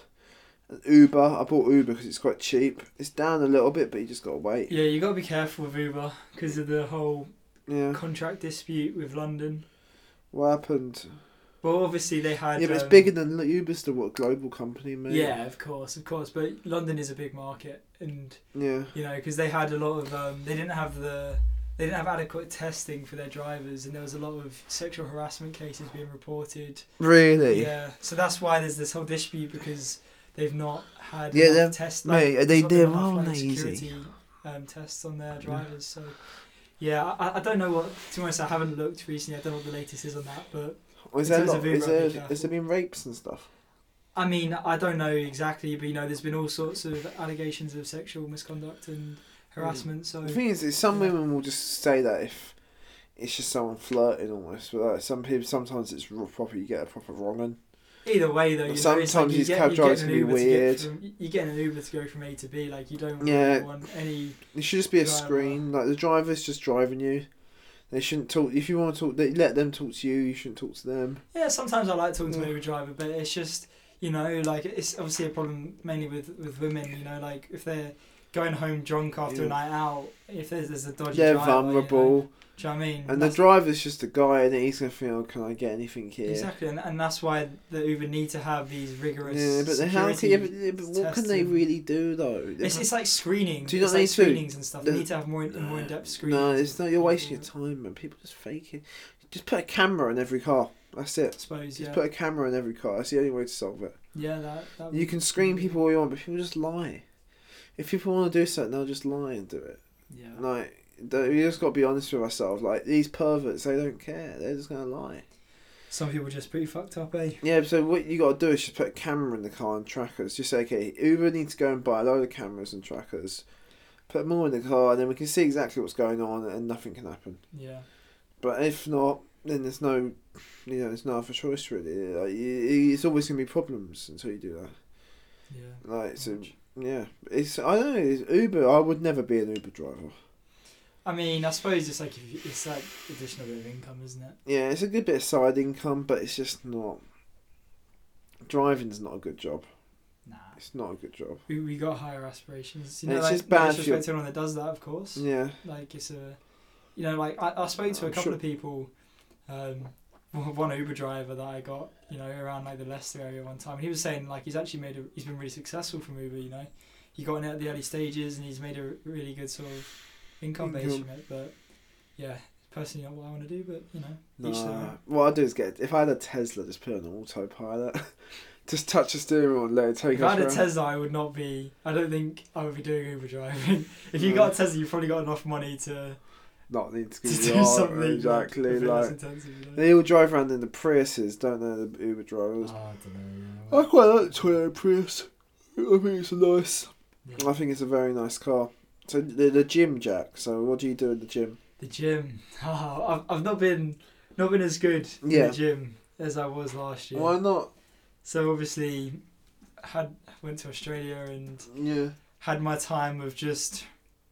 S1: Uber, I bought Uber because it's quite cheap. It's down a little bit, but you just gotta wait.
S2: Yeah, you got to be careful with Uber because of the whole
S1: Yeah,
S2: contract dispute with London.
S1: what happened?
S2: Well, obviously they had.
S1: Yeah, but it's
S2: um,
S1: bigger than Uber's the what global company, man.
S2: Yeah, of course, of course. But London is a big market, and
S1: yeah.
S2: you know because they had a lot of um, they didn't have the they didn't have adequate testing for their drivers, and there was a lot of sexual harassment cases being reported.
S1: Really?
S2: Yeah, so that's why there's this whole dispute because they've not had
S1: Yeah,
S2: yeah,
S1: they're-
S2: enough tests.
S1: mate,
S2: there's
S1: they-
S2: not been
S1: they're
S2: enough,
S1: all
S2: like,
S1: lazy. Mm.
S2: security, Um, tests on their drivers. So yeah, I- I, I don't know what. To be honest, I haven't looked recently. I don't know what the latest is on that, but
S1: Is
S2: In
S1: there,
S2: terms
S1: lot,
S2: of
S1: is,
S2: Uber, I'd be
S1: there has there been rapes and stuff?
S2: I mean, I don't know exactly. But you know, there's been all sorts of allegations of sexual misconduct and harassment. So
S1: The thing is, is some
S2: Yeah.
S1: women will just say that if it's just someone flirting almost. But like some people, sometimes it's r- proper. You get a proper wrong one.
S2: either way, though, you know, it's like
S1: Sometimes
S2: you
S1: these
S2: get,
S1: cab
S2: you
S1: drivers
S2: get
S1: can
S2: an
S1: be
S2: Uber to
S1: weird.
S2: get from, you get an Uber to go from A to B. Like you don't
S1: Yeah.
S2: really want any.
S1: It should just be a
S2: Driver.
S1: screen. Like the driver's just driving you. They shouldn't talk. If you want to talk, they let them talk to you. You shouldn't talk to them.
S2: Yeah, sometimes I like talking to
S1: Yeah.
S2: my Uber driver, but it's just you know like it's obviously a problem mainly with with women. You know, like if they're going home drunk after
S1: Yeah.
S2: a night out, if there's, there's a dodgy
S1: They're
S2: driver, you know,
S1: vulnerable,
S2: do you know what I mean?
S1: and the
S2: That's-
S1: driver's just a guy, and he's gonna think, "Oh, can I get anything here?"
S2: exactly, and, and that's why the Uber need to have these rigorous.
S1: Yeah, but then how can you,
S2: security-
S1: but- yeah, but what can they
S2: testing.
S1: really do though? They
S2: It's, it's like screening.
S1: Do you not
S2: it's
S1: need
S2: like
S1: to-
S2: screenings and stuff. They
S1: the-
S2: need to have more in, more in depth screenings.
S1: No,
S2: of
S1: it's not. You're wasting your
S2: people.
S1: time, man. People just fake it. Just put a camera in every car. That's
S2: I
S1: it.
S2: suppose
S1: Just
S2: yeah. Um,
S1: put a camera in every car. That's the only way to solve it.
S2: yeah, that, that
S1: You can screen people all you want, but people just lie. If people want to do something, they'll just lie and do it.
S2: Yeah.
S1: Like, th- we just got to be honest with ourselves. Like, these perverts, they don't care. They're just going to lie.
S2: Some people are just pretty fucked up, eh?
S1: Yeah, so what you got to do is just put a camera in the car and trackers. Just say, okay, Uber needs to go and buy a load of cameras and trackers. Put more in the car, and then we can see exactly what's going on, and nothing can happen.
S2: Yeah.
S1: But if not, then there's no, you know, there's no other choice really. Like, y- y- it's always gonna be problems until you do that.
S2: Yeah.
S1: Like so, yeah. It's I don't know. It's Uber. I would never be an Uber driver.
S2: I mean, I suppose it's like if you, it's like additional bit of income, isn't it?
S1: Yeah, it's a good bit of side income, but it's just not. Driving's not a good job.
S2: Nah,
S1: It's not a good job.
S2: we, we got higher aspirations. You
S1: And
S2: know,
S1: it's
S2: like,
S1: just
S2: no
S1: bad for
S2: disrespect
S1: your-
S2: to anyone that does that, of course.
S1: Yeah.
S2: Like it's a, you know, like I, I spoke to a
S1: I'm
S2: couple
S1: sure-
S2: of people, um, one one Uber driver that I got, you know, around like the Leicester area one time, and he was saying like he's actually made a, he's been really successful from Uber, you know, he got in at the early stages and he's made a really good sort of income base
S1: Income.
S2: from it, but yeah, personally not what I want to do, but you know, each their
S1: Nah.
S2: own.
S1: What I'd do is get if I had a Tesla, just put it on autopilot, just touch the steering wheel and let it take
S2: If
S1: off.
S2: I had a
S1: round.
S2: Tesla, I would not be. I don't think I would be doing Uber driving. if you
S1: No.
S2: got a Tesla, you've probably got enough money to,
S1: not need to
S2: to
S1: give you
S2: do
S1: art,
S2: something like,
S1: exactly
S2: a bit
S1: like.
S2: less intensive, you know? Ah,
S1: They all drive around in the Priuses, don't they? The Uber drivers.
S2: I
S1: Oh, I
S2: don't know.
S1: quite like the Toyota Prius. I think it's a nice.
S2: Yeah.
S1: I think it's a very nice car. So the the gym, Jack. So what do you do in the gym?
S2: The gym. Oh, I've, I've not been not been as good in
S1: Yeah.
S2: the gym as I was last year.
S1: Why not?
S2: So obviously, had went to Australia and
S1: Yeah,
S2: had my time of just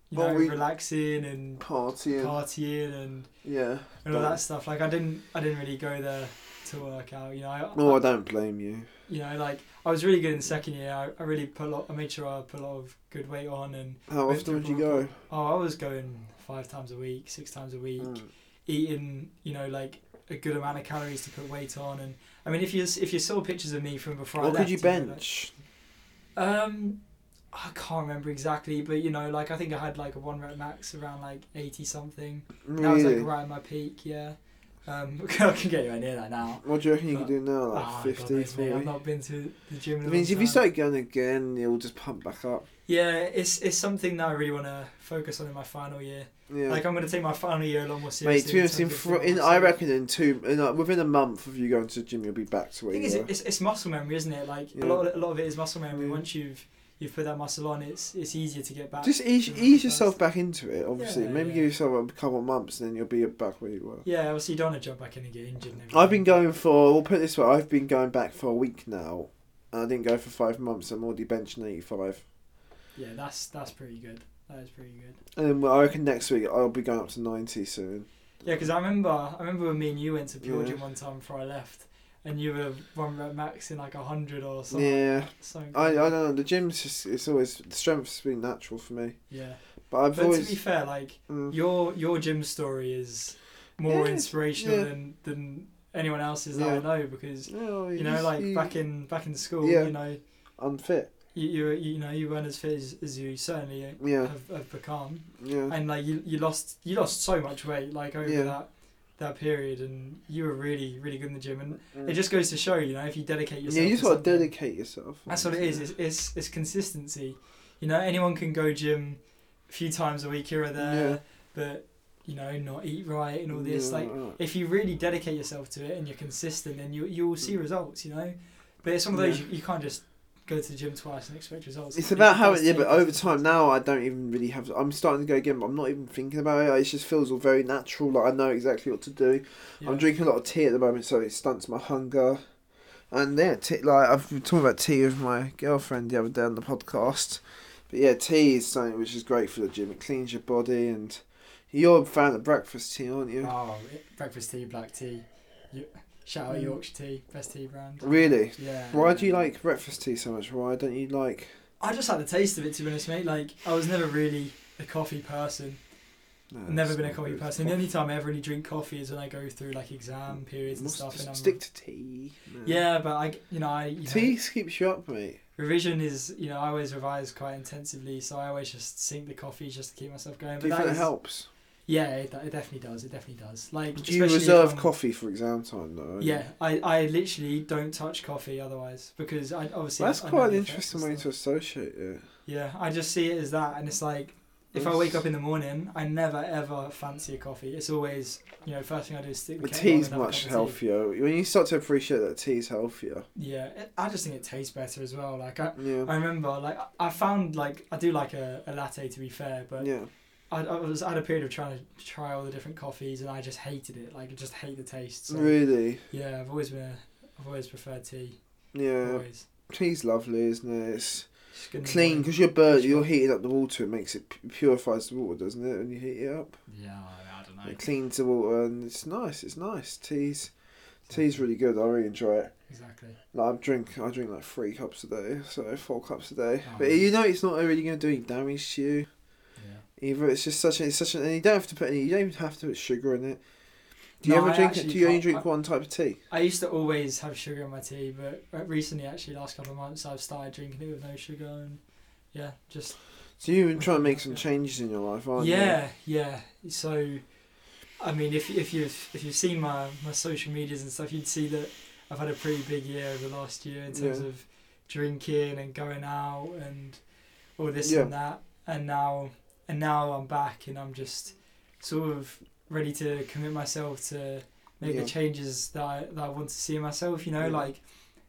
S2: you
S1: Well,
S2: know
S1: we-
S2: relaxing and
S1: partying.
S2: partying and,
S1: yeah.
S2: and all
S1: Don't-
S2: that stuff. Like I didn't I didn't really go there to work out. You know. I,
S1: No, I don't blame you.
S2: you know, like I was really good in second year. I, I really put a lot. I made sure I put a lot of good weight on, and
S1: How
S2: Went
S1: often
S2: to
S1: would you
S2: Hong
S1: go?
S2: oh, I was going five times a week, six times a week,
S1: Mm.
S2: eating, you know, like a good amount of calories to put weight on. And I mean, if you if you saw pictures of me from before, I
S1: What could
S2: left,
S1: you
S2: know, like-
S1: bench?
S2: um, I can't remember exactly, but you know, like I think I had like a one rep max around like eighty something. That was
S1: Really?
S2: like right at my peak, yeah. Um, I can get you near that now.
S1: What do you reckon you can
S2: Uh,
S1: do now? Like
S2: Ah, God
S1: 50,
S2: knows, mate,
S1: 40?
S2: I've not been to the gym. In a
S1: It
S2: long
S1: means if you
S2: time.
S1: start going again, you'll just pump back up.
S2: Yeah, it's it's something that I really want to focus on in my final year.
S1: Yeah.
S2: Like I'm going to take my final year a lot more seriously.
S1: Mate, to be
S2: in
S1: honest, in,
S2: terms of
S1: fr- in,
S2: fitness.
S1: I reckon in two, in, uh, within a month of you going to the gym, you'll be back to
S2: The
S1: where
S2: thing
S1: you
S2: is,
S1: were.
S2: it's, it's muscle memory, isn't it? Like
S1: Yeah.
S2: a lot, of, a lot of it is muscle memory.
S1: Yeah.
S2: Once you've you've put that muscle on, it's it's easier to get back.
S1: Just ease,
S2: to
S1: ease
S2: first.
S1: yourself back into it, obviously.
S2: Yeah,
S1: Maybe
S2: yeah.
S1: give yourself a couple of months and then you'll be back where you were.
S2: Yeah, obviously you don't want to jump back in and get injured. And
S1: I've been
S2: everything.
S1: going for, we'll put it this way, I've been going back for a week now. And I didn't go for five months. I'm already benching 85.
S2: Yeah, that's that's pretty good. That is pretty good.
S1: And then well, I reckon next week I'll be going up to 90 soon.
S2: Yeah, because I remember, I remember when me and you went to Pure
S1: Yeah.
S2: Gym one time before I left, and you were one rep max in like a hundred or something.
S1: Yeah.
S2: something
S1: I, I don't know. The gym's just, it's always, the strength's been natural for me.
S2: Yeah,
S1: But I've
S2: but
S1: always.
S2: to be fair, like
S1: mm,
S2: your your gym story is more
S1: Yeah,
S2: inspirational
S1: yeah.
S2: than than anyone else's
S1: Yeah.
S2: that I know because
S1: no,
S2: you know, like
S1: you-
S2: back in back in school,
S1: Yeah.
S2: you know,
S1: Unfit.
S2: you you, were- you know you weren't as fit as, as you certainly
S1: Yeah.
S2: have, have become,
S1: Yeah.
S2: and like you, you lost you lost so much weight like over
S1: Yeah.
S2: that that period, and you were really really good in the gym, and
S1: Mm.
S2: it just goes to show, you know, if you dedicate yourself.
S1: yeah, you
S2: to
S1: just got to
S2: something-
S1: dedicate yourself.
S2: That's what it is. It's, it's it's consistency. You know, anyone can go gym a few times a week here or there,
S1: Yeah.
S2: but you know, not eat right and all this.
S1: Yeah,
S2: Like,
S1: alright.
S2: if you really dedicate yourself to it and you're consistent, then you you will see results. You know, but it's one of those
S1: Mm. Yeah.
S2: you, you can't just go to the gym twice and expect results.
S1: It's
S2: It
S1: about how it,
S2: does
S1: yeah,
S2: take
S1: but over
S2: consistency.
S1: time now I don't even really have. I'm starting to go again, but I'm not even thinking about it. It just feels all very natural. Like I know exactly what to do.
S2: Yeah.
S1: I'm drinking a lot of tea at the moment, so it stunts my hunger. And yeah, tea, like I've been talking about tea with my girlfriend the other day on the podcast. But yeah, tea is something which is great for the gym. It cleans your body, and you're a fan of breakfast tea, aren't you?
S2: Oh, breakfast tea, black tea. You, shout out Yorkshire tea, best tea brand.
S1: Really?
S2: Oh, Yeah.
S1: Mm. Why do you like breakfast tea so much? Why don't you like?
S2: I just like the taste of it, to be honest, mate. Like, I was never really a coffee person.
S1: No,
S2: never
S1: it's
S2: been a
S1: not
S2: coffee
S1: good.
S2: person. The only time I ever really drink coffee is when I go through like exam periods and
S1: Must
S2: stuff.
S1: just
S2: and I'm,
S1: stick to tea. man.
S2: Yeah, but I, you know, I you know,
S1: Tea keeps you up, mate.
S2: revision is, you know, I always revise quite intensively, so I always just sink the coffee just to keep myself going. But
S1: Do you
S2: that
S1: think it
S2: is-
S1: helps?
S2: Yeah, it, it definitely does. It definitely does. Like,
S1: Do you
S2: especially if
S1: reserve
S2: I'm-
S1: coffee for exam time though?
S2: Yeah, I, I literally don't touch coffee otherwise because I obviously
S1: That's
S2: I know
S1: quite an
S2: the effects
S1: interesting
S2: and
S1: way
S2: stuff.
S1: to associate it.
S2: Yeah, I just see it as that, and it's like if I wake up in the morning, I never ever fancy a coffee. It's always you know first thing I do is stick the
S1: But
S2: kettle on
S1: tea's
S2: and have a
S1: much
S2: cup of tea.
S1: healthier. When you start to appreciate that tea's healthier.
S2: Yeah, it, I just think it tastes better as well. Like I,
S1: Yeah.
S2: I remember like I- I found like I do like a, a latte to be fair, but
S1: Yeah.
S2: I, I was at a period of trying to try all the different coffees and I just hated it. Like I just hate the taste. So
S1: Really.
S2: yeah, I've always been a, I've always preferred tea.
S1: Yeah.
S2: Always.
S1: Tea's lovely, isn't it? It's
S2: Just good in the
S1: clean
S2: morning.
S1: because you're burnt. You're heating up the water. It makes it pu- purifies the water, doesn't it? When you heat it up,
S2: Yeah, I, I don't know.
S1: it cleans the water, and it's nice. It's nice. Tea's tea's really good. I really enjoy it.
S2: Exactly.
S1: Like I drink, I drink like three cups a day, so four cups a day.
S2: Oh,
S1: but
S2: really?
S1: you know, it's not really going to do any damage to you
S2: Yeah.
S1: either. It's just such a, it's such an, and you don't have to put any, you don't even have to put sugar in it. Do you
S2: No,
S1: ever
S2: I
S1: drink?
S2: actually
S1: Do you only
S2: can't-
S1: drink
S2: I-
S1: one type of tea?
S2: I used to always have sugar in my tea, but uh, recently, actually, last couple of months, I've started drinking it with no sugar and yeah, just
S1: So you've been trying to make some changes in your life, aren't
S2: yeah, yeah. So, I mean, if if you've if you've seen my my social medias and stuff, you'd see that I've had a pretty big year over the last year in terms
S1: Yeah.
S2: of drinking and going out and all this
S1: Yeah.
S2: and that, and now and now I'm back and I'm just sort of ready to commit myself to make
S1: Yeah.
S2: the changes that I, that I want to see in myself. You know,
S1: Yeah.
S2: like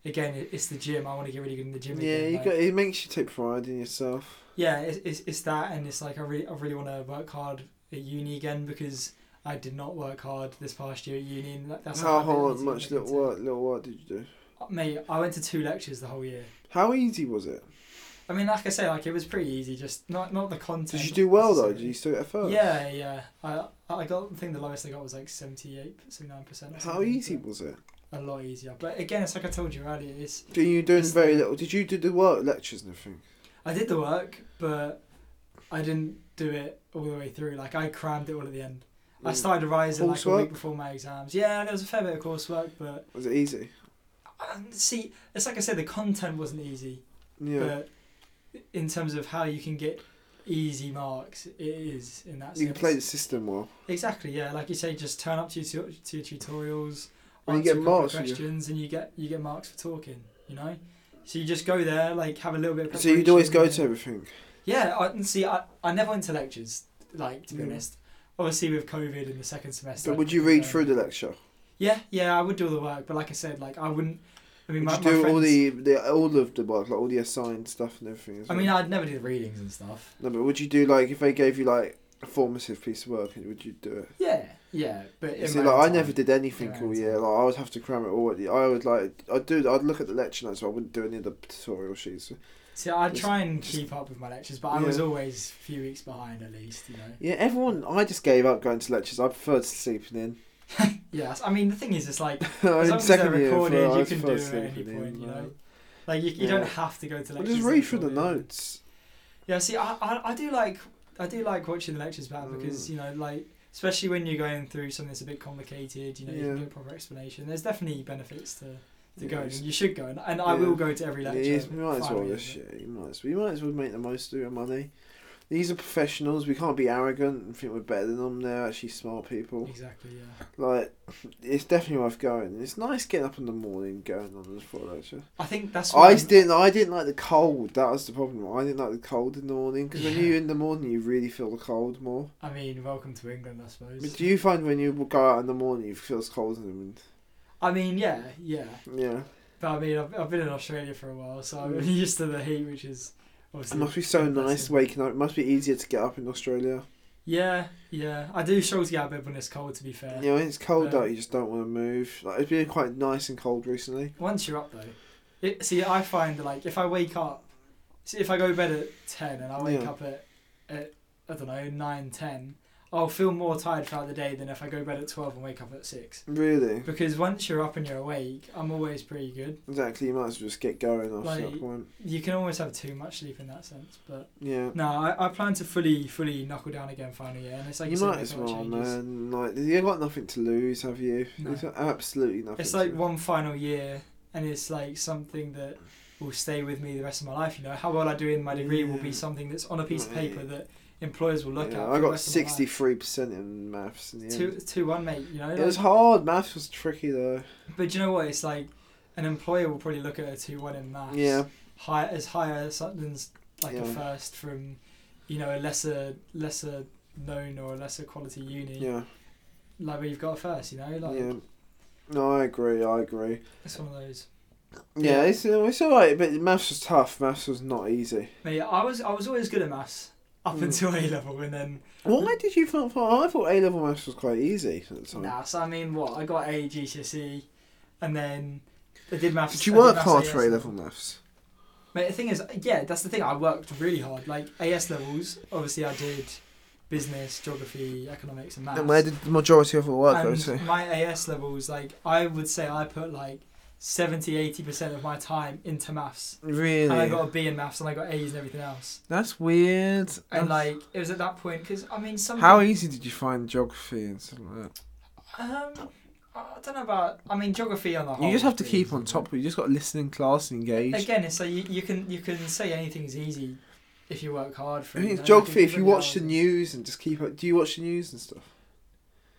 S2: again, it- it's the gym. I want to get really good in the
S1: you?
S2: gym.
S1: Yeah,
S2: again.
S1: you
S2: like-
S1: got. It makes you take pride in yourself.
S2: yeah, it's, it's, it's that, and it's like I really, I really want to work hard at uni again because I did not work hard this past year at uni. And that, that's
S1: How
S2: something I
S1: hard,
S2: really
S1: much
S2: need to
S1: little
S2: look
S1: work, little work did you do?
S2: into. Mate, I went to two lectures the whole year.
S1: How easy was it?
S2: I mean, like I say, like it was pretty easy. Just not not the content.
S1: Did you do well though?
S2: necessarily.
S1: Did you still get a first?
S2: Yeah, yeah. I I got I think the lowest I got was like 78, 79 percent.
S1: How easy was it?
S2: A lot easier, but again, it's like I told you earlier. It's
S1: Do you doing
S2: It's-
S1: very little? Did you do the work lectures and everything?
S2: I did the work, but I didn't do it all the way through. Like I crammed it all at the end. I
S1: Mm.
S2: started revising like a
S1: Coursework?
S2: week before my exams. Yeah, there was a fair bit of coursework, but
S1: Was it easy?
S2: um, see, it's like I said, the content wasn't easy.
S1: Yeah.
S2: But in terms of how you can get easy marks, it is in that
S1: you can
S2: sense.
S1: play the system well.
S2: Exactly. Yeah, like you say, just turn up to your, tu- to your tutorials,
S1: And you
S2: answer
S1: get
S2: a couple of
S1: marks for your-
S2: questions, and you get you get marks for talking. You know, so you just go there, like have a little bit. of
S1: So you'd always go to
S2: preparation, yeah.
S1: everything.
S2: Yeah, I and see. I, I never went to lectures. Like to be
S1: Yeah.
S2: honest, obviously with COVID in the second semester.
S1: But would you read through the lecture?
S2: Yeah, yeah, I would do all the work, but like I said, like I wouldn't. I mean,
S1: Would
S2: my,
S1: you
S2: my
S1: do
S2: friends,
S1: all the, the all of the work, like all the assigned stuff and everything? As
S2: I
S1: well?
S2: mean, I'd never do the readings and stuff.
S1: no, but would you do like if they gave you like a formative piece of work, would you do it?
S2: Yeah, yeah, but in
S1: See,
S2: my
S1: like
S2: own
S1: I
S2: time.
S1: never did anything
S2: Yeah,
S1: all
S2: it's
S1: year.
S2: fine.
S1: Like I would have to cram it all. at the- I would like I'd do I'd look at the lecture notes, but I wouldn't do any of the tutorial sheets.
S2: See, I
S1: It's-
S2: try and keep up with my lectures, but I
S1: Yeah.
S2: was always a few weeks behind at least, you know.
S1: Yeah, everyone. I just gave up going to lectures. I preferred sleeping in.
S2: Yes, I mean the thing is, it's like
S1: in
S2: as long as they're
S1: second year,
S2: recorded,
S1: I
S2: you
S1: was
S2: can do
S1: preferred
S2: it at any
S1: sleeping
S2: point, you
S1: in,
S2: know.
S1: like-
S2: Like you, you
S1: Yeah.
S2: don't have to go to
S1: Well,
S2: lectures.
S1: just
S2: to
S1: read through the
S2: record it.
S1: notes.
S2: Yeah, see, I, I, I do like I do like watching the lectures back because
S1: Mm.
S2: you know, like especially when you're going through something that's a bit complicated, you know, you
S1: Yeah.
S2: can get a proper explanation. There's definitely benefits to, to
S1: Yeah,
S2: going.
S1: it's-
S2: You should go, and, and I
S1: yeah.
S2: will go to every lecture.
S1: Yeah, you might as well
S2: finally,
S1: this
S2: but-
S1: year. You might as well. You might as well make the most of your money. These are professionals. We can't be arrogant and think we're better than them. They're actually smart people.
S2: Exactly. Yeah.
S1: Like, it's definitely worth going. It's nice getting up in the morning, going on this full lecture.
S2: I think that's.
S1: I
S2: I'm-
S1: didn't. I didn't like the cold. That was the problem. I didn't like the cold in the morning because when
S2: Yeah.
S1: you're in the morning, you really feel the cold more.
S2: I mean, welcome to England, I
S1: But
S2: suppose.
S1: do you find when you go out in the morning, you feel it's cold in the wind?
S2: I mean, yeah, yeah.
S1: Yeah,
S2: But I mean, I've, I've been in Australia for a while, so I'm
S1: Mm.
S2: used to the heat, which is
S1: it
S2: obviously.
S1: must be so nice
S2: depressing.
S1: waking up. It must be easier to get up in Australia.
S2: Yeah, yeah. I do struggle to get out of bed when it's cold. To be fair,
S1: You know, when it's cold
S2: Yeah.
S1: out, you just don't want to move. Like, it's been quite nice and cold recently.
S2: once you're up though, it, see, I find that, like if I wake up, see, if I go to bed at ten and I wake
S1: Yeah.
S2: up at, at I don't know nine ten, I'll feel more tired throughout the day than if I go to bed at twelve and wake up at six.
S1: Really,
S2: Because once you're up and you're awake, I'm always pretty good.
S1: exactly. You might as well just get going after
S2: Like-
S1: that point.
S2: You can almost have too much sleep in that sense, but
S1: Yeah.
S2: no, I, I plan to fully, fully knuckle down again final year, and it's like
S1: you
S2: said,
S1: might
S2: make
S1: as
S2: a lot of
S1: well,
S2: changes.
S1: man. Like you've got nothing to lose, have you?
S2: No.
S1: There's absolutely nothing.
S2: It's
S1: to
S2: like
S1: lose.
S2: one final year, and it's like something that will stay with me the rest of my life. You know, how well I do in my degree will be
S1: Yeah.
S2: something that's on a piece of
S1: Right.
S2: paper that employers will look
S1: Yeah,
S2: at. for
S1: I
S2: the
S1: got
S2: rest of my life.
S1: sixty-three percent in maths in the
S2: Two,
S1: end.
S2: two, one, mate. You know,
S1: It
S2: like-
S1: was hard. Maths was tricky though.
S2: but you know what? It's like an employer will probably look at a two one in maths.
S1: Yeah.
S2: high as higher than s- like a
S1: Yeah.
S2: first from, you know, a lesser lesser known or a lesser quality uni.
S1: Yeah.
S2: Like where you've got a first, you know, like
S1: Yeah. No, I agree. I agree.
S2: it's one of those.
S1: Yeah,
S2: Yeah.
S1: it's uh, it's all right, but maths was tough. Maths was not easy.
S2: Mate, I was I was always good at maths up
S1: Mm.
S2: until A level, and then
S1: Why did you think? I thought A level maths was quite easy at the time.
S2: Nah, so I mean, what I got A GCSE, and then I did maths.
S1: Did you
S2: I did
S1: work
S2: maths
S1: hard
S2: AS
S1: for A level maths?
S2: Mate, the thing is, yeah, that's the thing. I worked really hard. Like AS levels, obviously, I did business, geography, economics, and maths.
S1: And where did the majority of it work go
S2: And
S1: to?
S2: my AS levels, like I would say, I put like 70 80 percent of my time into maths. And I
S1: Really?
S2: got a B in maths, and I got A's and everything else.
S1: That's weird.
S2: And like it was at that point because I mean, some
S1: how
S2: peop-
S1: easy did you find geography and stuff like that?
S2: um, I don't know about. I mean, geography on the whole.
S1: You just have
S2: is
S1: to
S2: pretty
S1: keep
S2: easy,
S1: on
S2: but-
S1: top. of it. You just got to listen in class and engage.
S2: Again, it's like you, you can you can say anything's easy if you work hard for
S1: I
S2: it.
S1: mean,
S2: know,
S1: it's
S2: you
S1: geography.
S2: can
S1: If you
S2: put your
S1: watch the
S2: hours in.
S1: news and just keep up, do you watch the news and stuff?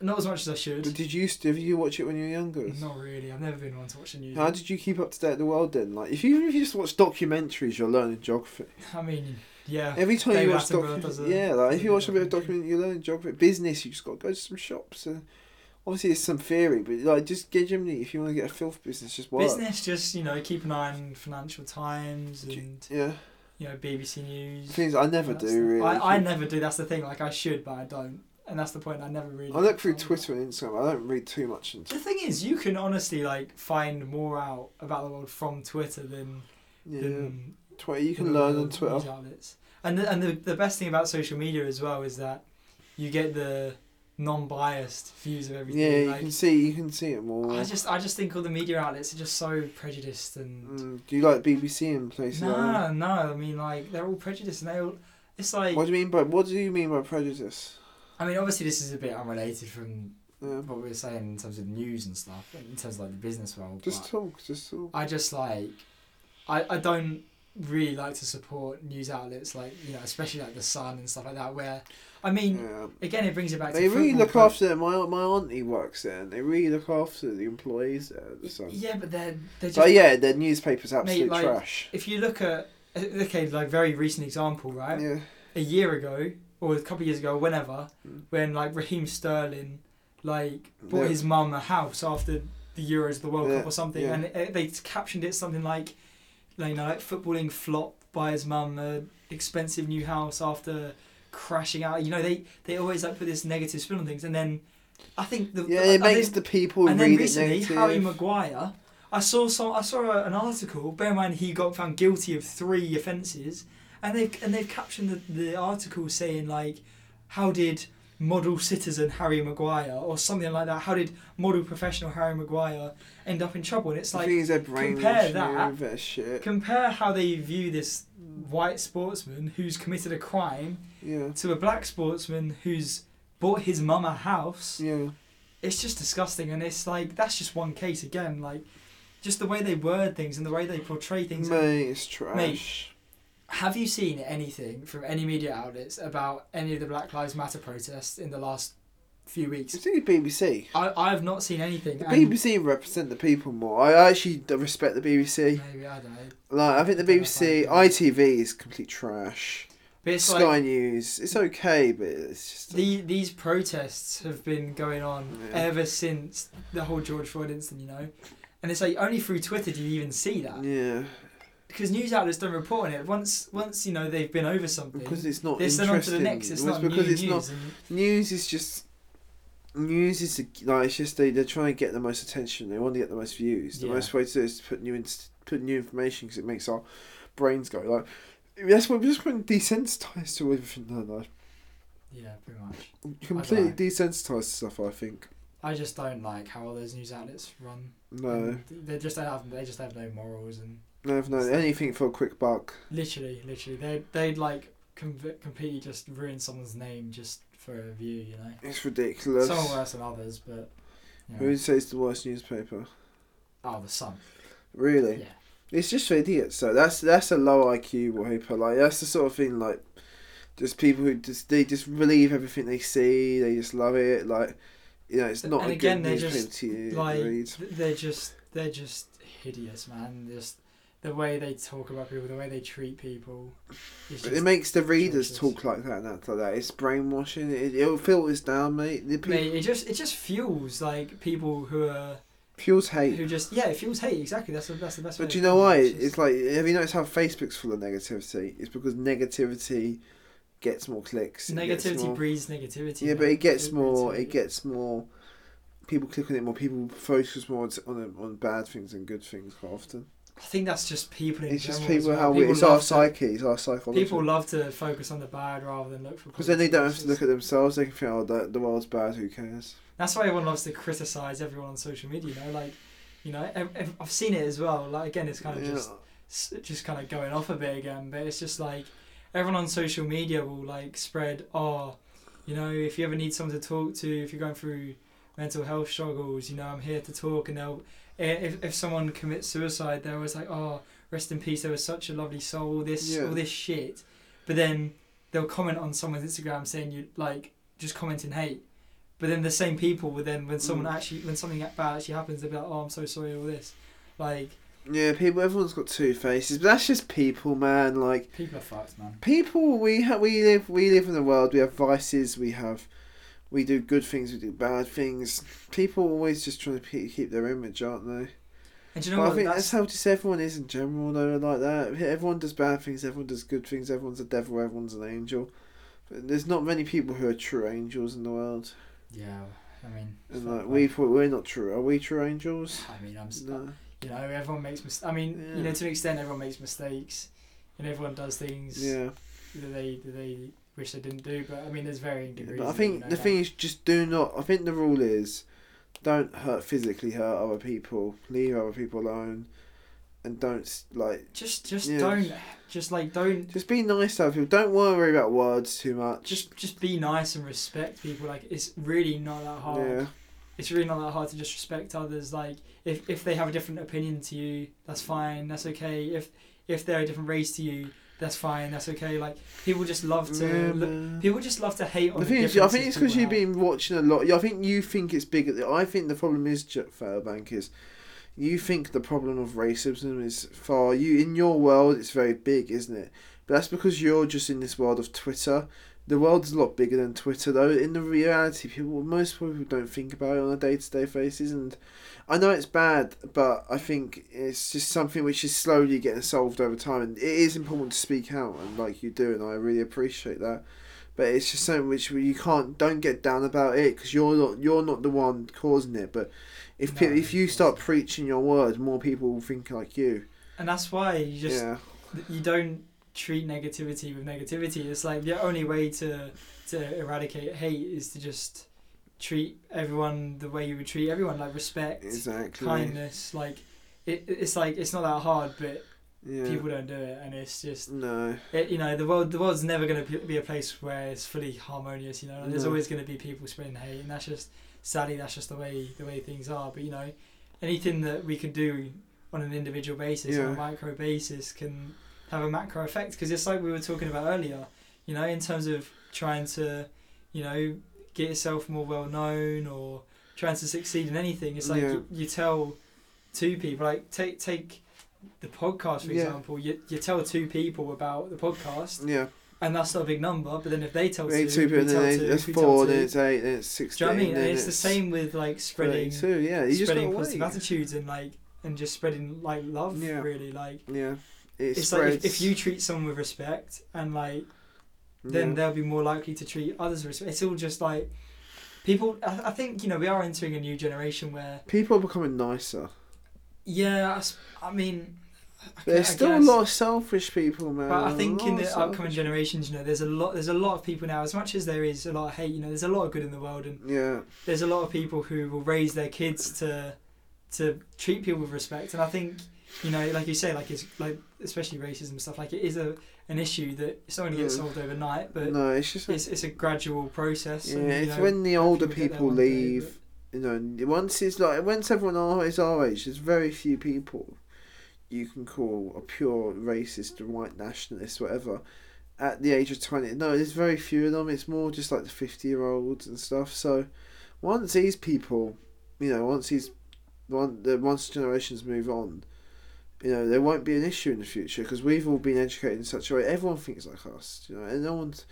S2: not as much as I
S1: But
S2: should.
S1: did you used to? Did you watch it when you were younger?
S2: Not really. I've never been one to watch the news.
S1: How did you keep up to date with the world then? Like, if you even if you just watch documentaries, you're learning geography.
S2: I mean, yeah.
S1: Every time
S2: Dave
S1: you watch
S2: Attenborough does
S1: docu-
S2: a-
S1: yeah, like
S2: does
S1: if
S2: a
S1: you watch a bit of
S2: documentary.
S1: documentary, you learn geography. Business, you just got to go to some shops. And obviously, it's some theory, but like just get generally, if you want to get a filth business, just work.
S2: Business, just you know, keep an eye on Financial Times
S1: Do-
S2: and
S1: Yeah,
S2: you know BBC News.
S1: things I never
S2: That's
S1: do
S2: the-
S1: really.
S2: I, I never do. That's the thing. Like I should, but I don't, and that's the point. I never really.
S1: I look through
S2: found out.
S1: Twitter and Instagram. I don't read too much into.
S2: The thing is, you can honestly like find more out about the world from Twitter than
S1: Yeah,
S2: than
S1: Twitter. You can
S2: the
S1: learn on
S2: news
S1: Twitter.
S2: outlets. And the, and the, the best thing about social media as well is that you get the non-biased views of everything.
S1: Yeah, you
S2: like,
S1: can see. You can see it more.
S2: I just I just think all the media outlets are just so prejudiced and
S1: Mm, do you like BBC and places? like that?
S2: no no I mean like they're all prejudiced and they all it's like
S1: What do you mean by what do you mean by prejudice?
S2: I mean obviously this is a bit unrelated from
S1: Yeah.
S2: what we were saying in terms of news and stuff in terms of like the business world.
S1: Just
S2: but
S1: talk. Just talk.
S2: I just like I I don't really like to support news outlets like you know especially like the Sun and stuff like that where I mean.
S1: Yeah.
S2: Again, it brings it back
S1: They
S2: to
S1: really
S2: football,
S1: look
S2: but-
S1: after my my auntie works there, and they really look after the employees there. At the Sun.
S2: Yeah, but they're they're just.
S1: but yeah, their newspaper's absolute
S2: like,
S1: trash.
S2: If you look at okay, like very recent example, right?
S1: Yeah,
S2: A year ago or a couple of years ago, whenever,
S1: Mm.
S2: when like Raheem Sterling, like bought
S1: Yeah.
S2: his mum a house after the Euros, the World
S1: Yeah,
S2: Cup, or something,
S1: yeah.
S2: and it, they captioned it something like, like, you know, like footballing flop buys mum a expensive new house after crashing out. You know, they they always like put this negative spin on things, and then. I think the
S1: yeah,
S2: I
S1: it
S2: think-
S1: makes the people
S2: and
S1: read
S2: then
S1: it
S2: recently,
S1: negative.
S2: Harry Maguire. I saw some. I saw a, an article. Bear in mind, he got found guilty of three offences, and they and they've captioned the, the article saying like, "How did model citizen Harry Maguire or something like that? How did model professional Harry Maguire end up in trouble?" And it's
S1: I
S2: like,
S1: think he's a brainwashing
S2: compare that-
S1: of that shit.
S2: compare how they view this white sportsman who's committed a crime
S1: Yeah,
S2: to a black sportsman who's bought his mum a house
S1: yeah.
S2: it's just disgusting and it's like that's just one case again like just the way they word things and the way they portray things
S1: Mate, it's trash.
S2: have you seen anything from any media outlets about any of the black lives matter protests in the last few weeks
S1: It's only BBC.
S2: i, I have not seen anything
S1: The
S2: and
S1: BBC represent the people more. I actually d- respect the BBC.
S2: maybe i don't know
S1: Like I think the
S2: Don't
S1: BBC,
S2: like
S1: ITV is complete trash.
S2: but it's
S1: Sky
S2: like
S1: News, it's okay, but it's just
S2: the, these protests have been going on
S1: Yeah.
S2: ever since the whole george floyd incident you know and it's like only through twitter do you even see that
S1: yeah,
S2: because news outlets don't report on it once once you know they've been over something
S1: because it's not
S2: They send on to
S1: interesting.
S2: the next. It's not
S1: because
S2: new
S1: it's
S2: news.
S1: not
S2: and
S1: news is just news is a- like it's just they they're trying to get the most attention. They want to get the most views. The
S2: Yeah.
S1: most way to do it is to put new in, put new information because it makes our brains go like that's what we've just been desensitized to everything. in our life.
S2: yeah, pretty much.
S1: completely
S2: I'd like-
S1: desensitized to stuff. I think
S2: I just don't like how all those news outlets run.
S1: no,
S2: And they just don't have. They just have no morals and
S1: no, no, anything for a quick buck.
S2: literally, literally, they they'd like conv- completely just ruin someone's name just for a view. You know,
S1: It's ridiculous.
S2: some are worse than others, but you
S1: Who
S2: know.
S1: would say it's the worst newspaper?
S2: oh, the sun.
S1: Really?
S2: Yeah,
S1: It's just for idiots. So that's that's a low IQ wiper. Like that's the sort of thing. Like just people who just they just believe everything they see. They just love it. Like you know, it's
S2: And
S1: not a
S2: again,
S1: good eh,
S2: they're
S1: newspaper
S2: just,
S1: to you,
S2: like,
S1: read.
S2: Th- they're just they're just hideous, man. Just the way they talk about people, the way they treat people. It's
S1: But
S2: just,
S1: it makes the readers
S2: choices.
S1: talk like that and act like that. It's brainwashing. It, it filters down, mate. The people,
S2: mate, it just it just fuels like people who are
S1: fuels hate.
S2: who just yeah, it fuels hate. Exactly. That's the, that's the best. way
S1: But
S2: of
S1: do you know
S2: putting
S1: why?
S2: it, it's just-
S1: It's like have you noticed how Facebook's full of negativity? It's because negativity gets more clicks. it gets
S2: Negativity
S1: more-
S2: breeds negativity.
S1: Yeah, but
S2: man.
S1: it gets more.
S2: breeds
S1: It gets more. People click on it more. People focus more on- on on bad things than good things quite often.
S2: I think that's just people in
S1: It's just
S2: general as
S1: people
S2: well.
S1: how we, it's our
S2: love to-
S1: psyche, it's our psychology.
S2: People love to focus on the bad rather than look for.
S1: because then they don't have to look
S2: positives.
S1: at themselves. They can think, oh, the, the world's bad. Who cares?
S2: That's why everyone loves to criticize everyone on social media. You know, like, you know, ev- ev- I've seen it as well. Like again, it's kind of
S1: Yeah.
S2: just s- just kind of going off a bit again, but it's just like everyone on social media will like spread, oh, you know, if you ever need someone to talk to, if you're going through mental health struggles, you know, I'm here to talk. And they'll, i- if, if someone commits suicide, they're always like, oh, rest in peace, there was such a lovely soul, this,
S1: Yeah.
S2: all this shit. But then they'll comment on someone's Instagram saying you like just commenting hate. But then the same people will then, when someone
S1: Mm.
S2: actually, when something bad actually happens, they'll be like, oh, I'm so sorry, all this. Like,
S1: yeah, people. Everyone's got two faces, but that's just people, man. Like
S2: people are fucked, man.
S1: people, we ha- we live we live in the world. We have vices. We have. We do good things, we do bad things. People are always just trying to pe- keep their image, aren't they?
S2: And do you know
S1: But
S2: what?
S1: I think that's, how just everyone is in general, though, like that. Everyone does bad things, everyone does good things, everyone's a devil, everyone's an angel. But there's not many people who are true angels in the world.
S2: Yeah, I mean,
S1: And
S2: fuck
S1: like
S2: that.
S1: we, we're not true. Are we true angels?
S2: I mean, I'm. s-
S1: No.
S2: You know, everyone makes mistakes. I mean,
S1: Yeah.
S2: you know, to an extent, everyone makes mistakes, and everyone does things
S1: Yeah.
S2: that they that they wish they didn't do. But I mean, there's varying degrees.
S1: But I
S2: of it, you
S1: think
S2: know,
S1: the
S2: like-
S1: thing is, just do not. I think the rule is, don't hurt physically hurt other people. Leave other people alone, and don't like.
S2: Just, just
S1: Yeah.
S2: don't, just like don't,
S1: Just be nice to other people. Don't worry about words too much.
S2: just, just be nice and respect people. Like it's really not that hard.
S1: yeah.
S2: It's really not that hard to just respect others. Like if if they have a different opinion to you, that's fine. That's okay. If if they're a different race to you, that's fine. That's okay. Like people just love to
S1: Yeah,
S2: look
S1: man.
S2: People just love to hate on
S1: The
S2: the
S1: thing is, I
S2: differences
S1: think it's
S2: people
S1: because you've
S2: have.
S1: been watching a lot. I think you think it's big. I think the problem is Jack Fairbank is you think the problem of racism is far. You in your world, it's very big, isn't it? But that's because you're just in this world of Twitter. The world's a lot bigger than Twitter, though. In the reality, people most people don't think about it on a day to day basis, and I know it's bad, but I think it's just something which is slowly getting solved over time, and it is important to speak out and like you do, and I really appreciate that. but it's just something which you can't don't get down about it because you're not you're not the one causing it. But if pe-
S2: No,
S1: if you
S2: of course
S1: start
S2: not.
S1: preaching your word, more people will think like you.
S2: and that's why you just
S1: yeah,
S2: th- you don't treat negativity with negativity. It's like the only way to to eradicate hate is to just treat everyone the way you would treat everyone, like respect,
S1: exactly.
S2: kindness. Like it, it's like it's not that hard, but
S1: Yeah.
S2: people don't do it, and it's just
S1: no.
S2: it, you know the world. The world's never going to be a place where it's fully harmonious. You know, there's
S1: No.
S2: always going to be people spreading hate, and that's just sadly that's just the way the way things are. But you know, anything that we can do on an individual basis, on
S1: Yeah.
S2: a micro basis, can have a macro effect because it's like we were talking about earlier. You know, in terms of trying to, you know, get yourself more well known or trying to succeed in anything. It's like
S1: Yeah.
S2: you, you tell two people, like take take the podcast for
S1: Yeah.
S2: example. You you tell two people about the podcast,
S1: Yeah.
S2: and that's not a big number. But then if they tell
S1: Eight
S2: two,
S1: two,
S2: we
S1: but
S2: tell
S1: then
S2: two,
S1: it's
S2: we
S1: four,
S2: tell
S1: then
S2: two.
S1: it's eight, then it's
S2: Do
S1: sixteen.
S2: you know what I mean?
S1: Then
S2: And it's the same with like spreading
S1: Two. Yeah, you just
S2: spreading
S1: got
S2: positive attitudes and like and just spreading like love.
S1: Yeah.
S2: Really, like
S1: Yeah. It
S2: it's
S1: spreads.
S2: like if, if you treat someone with respect and like then
S1: yeah.
S2: they'll be more likely to treat others with respect. It's all just like people. I, I think you know we are entering a new generation where
S1: people are becoming nicer.
S2: yeah, I s- I, mean, I gu- I
S1: There's still a
S2: guess.
S1: lot of selfish people, man.
S2: But I think
S1: a lot
S2: in
S1: of
S2: the
S1: selfish-
S2: upcoming generations, you know, there's a lot. There's a lot of people now. As much as there is a lot of hate, you know, there's a lot of good in the world, and
S1: Yeah.
S2: there's a lot of people who will raise their kids to to treat people with respect. And I think you know, like you say, like it's like especially racism and stuff. Like it is a an issue that it's not going to get
S1: Yeah.
S2: solved overnight, but
S1: no, it's just.
S2: it's it's a gradual process.
S1: yeah,
S2: and, you
S1: it's
S2: know,
S1: when the older
S2: people get there
S1: people
S2: one day,
S1: leave. you know, once it's like once everyone our- is our age, there's very few people you can call a pure racist, a white nationalist, whatever. At the age of twenty, no, there's very few of them. It's more just like the fifty-year-olds and stuff. So, once these people, you know, once these, one the once generations move on, you know, there won't be an issue in the future because we've all been educated in such a way. Everyone thinks like us, you know, and no one's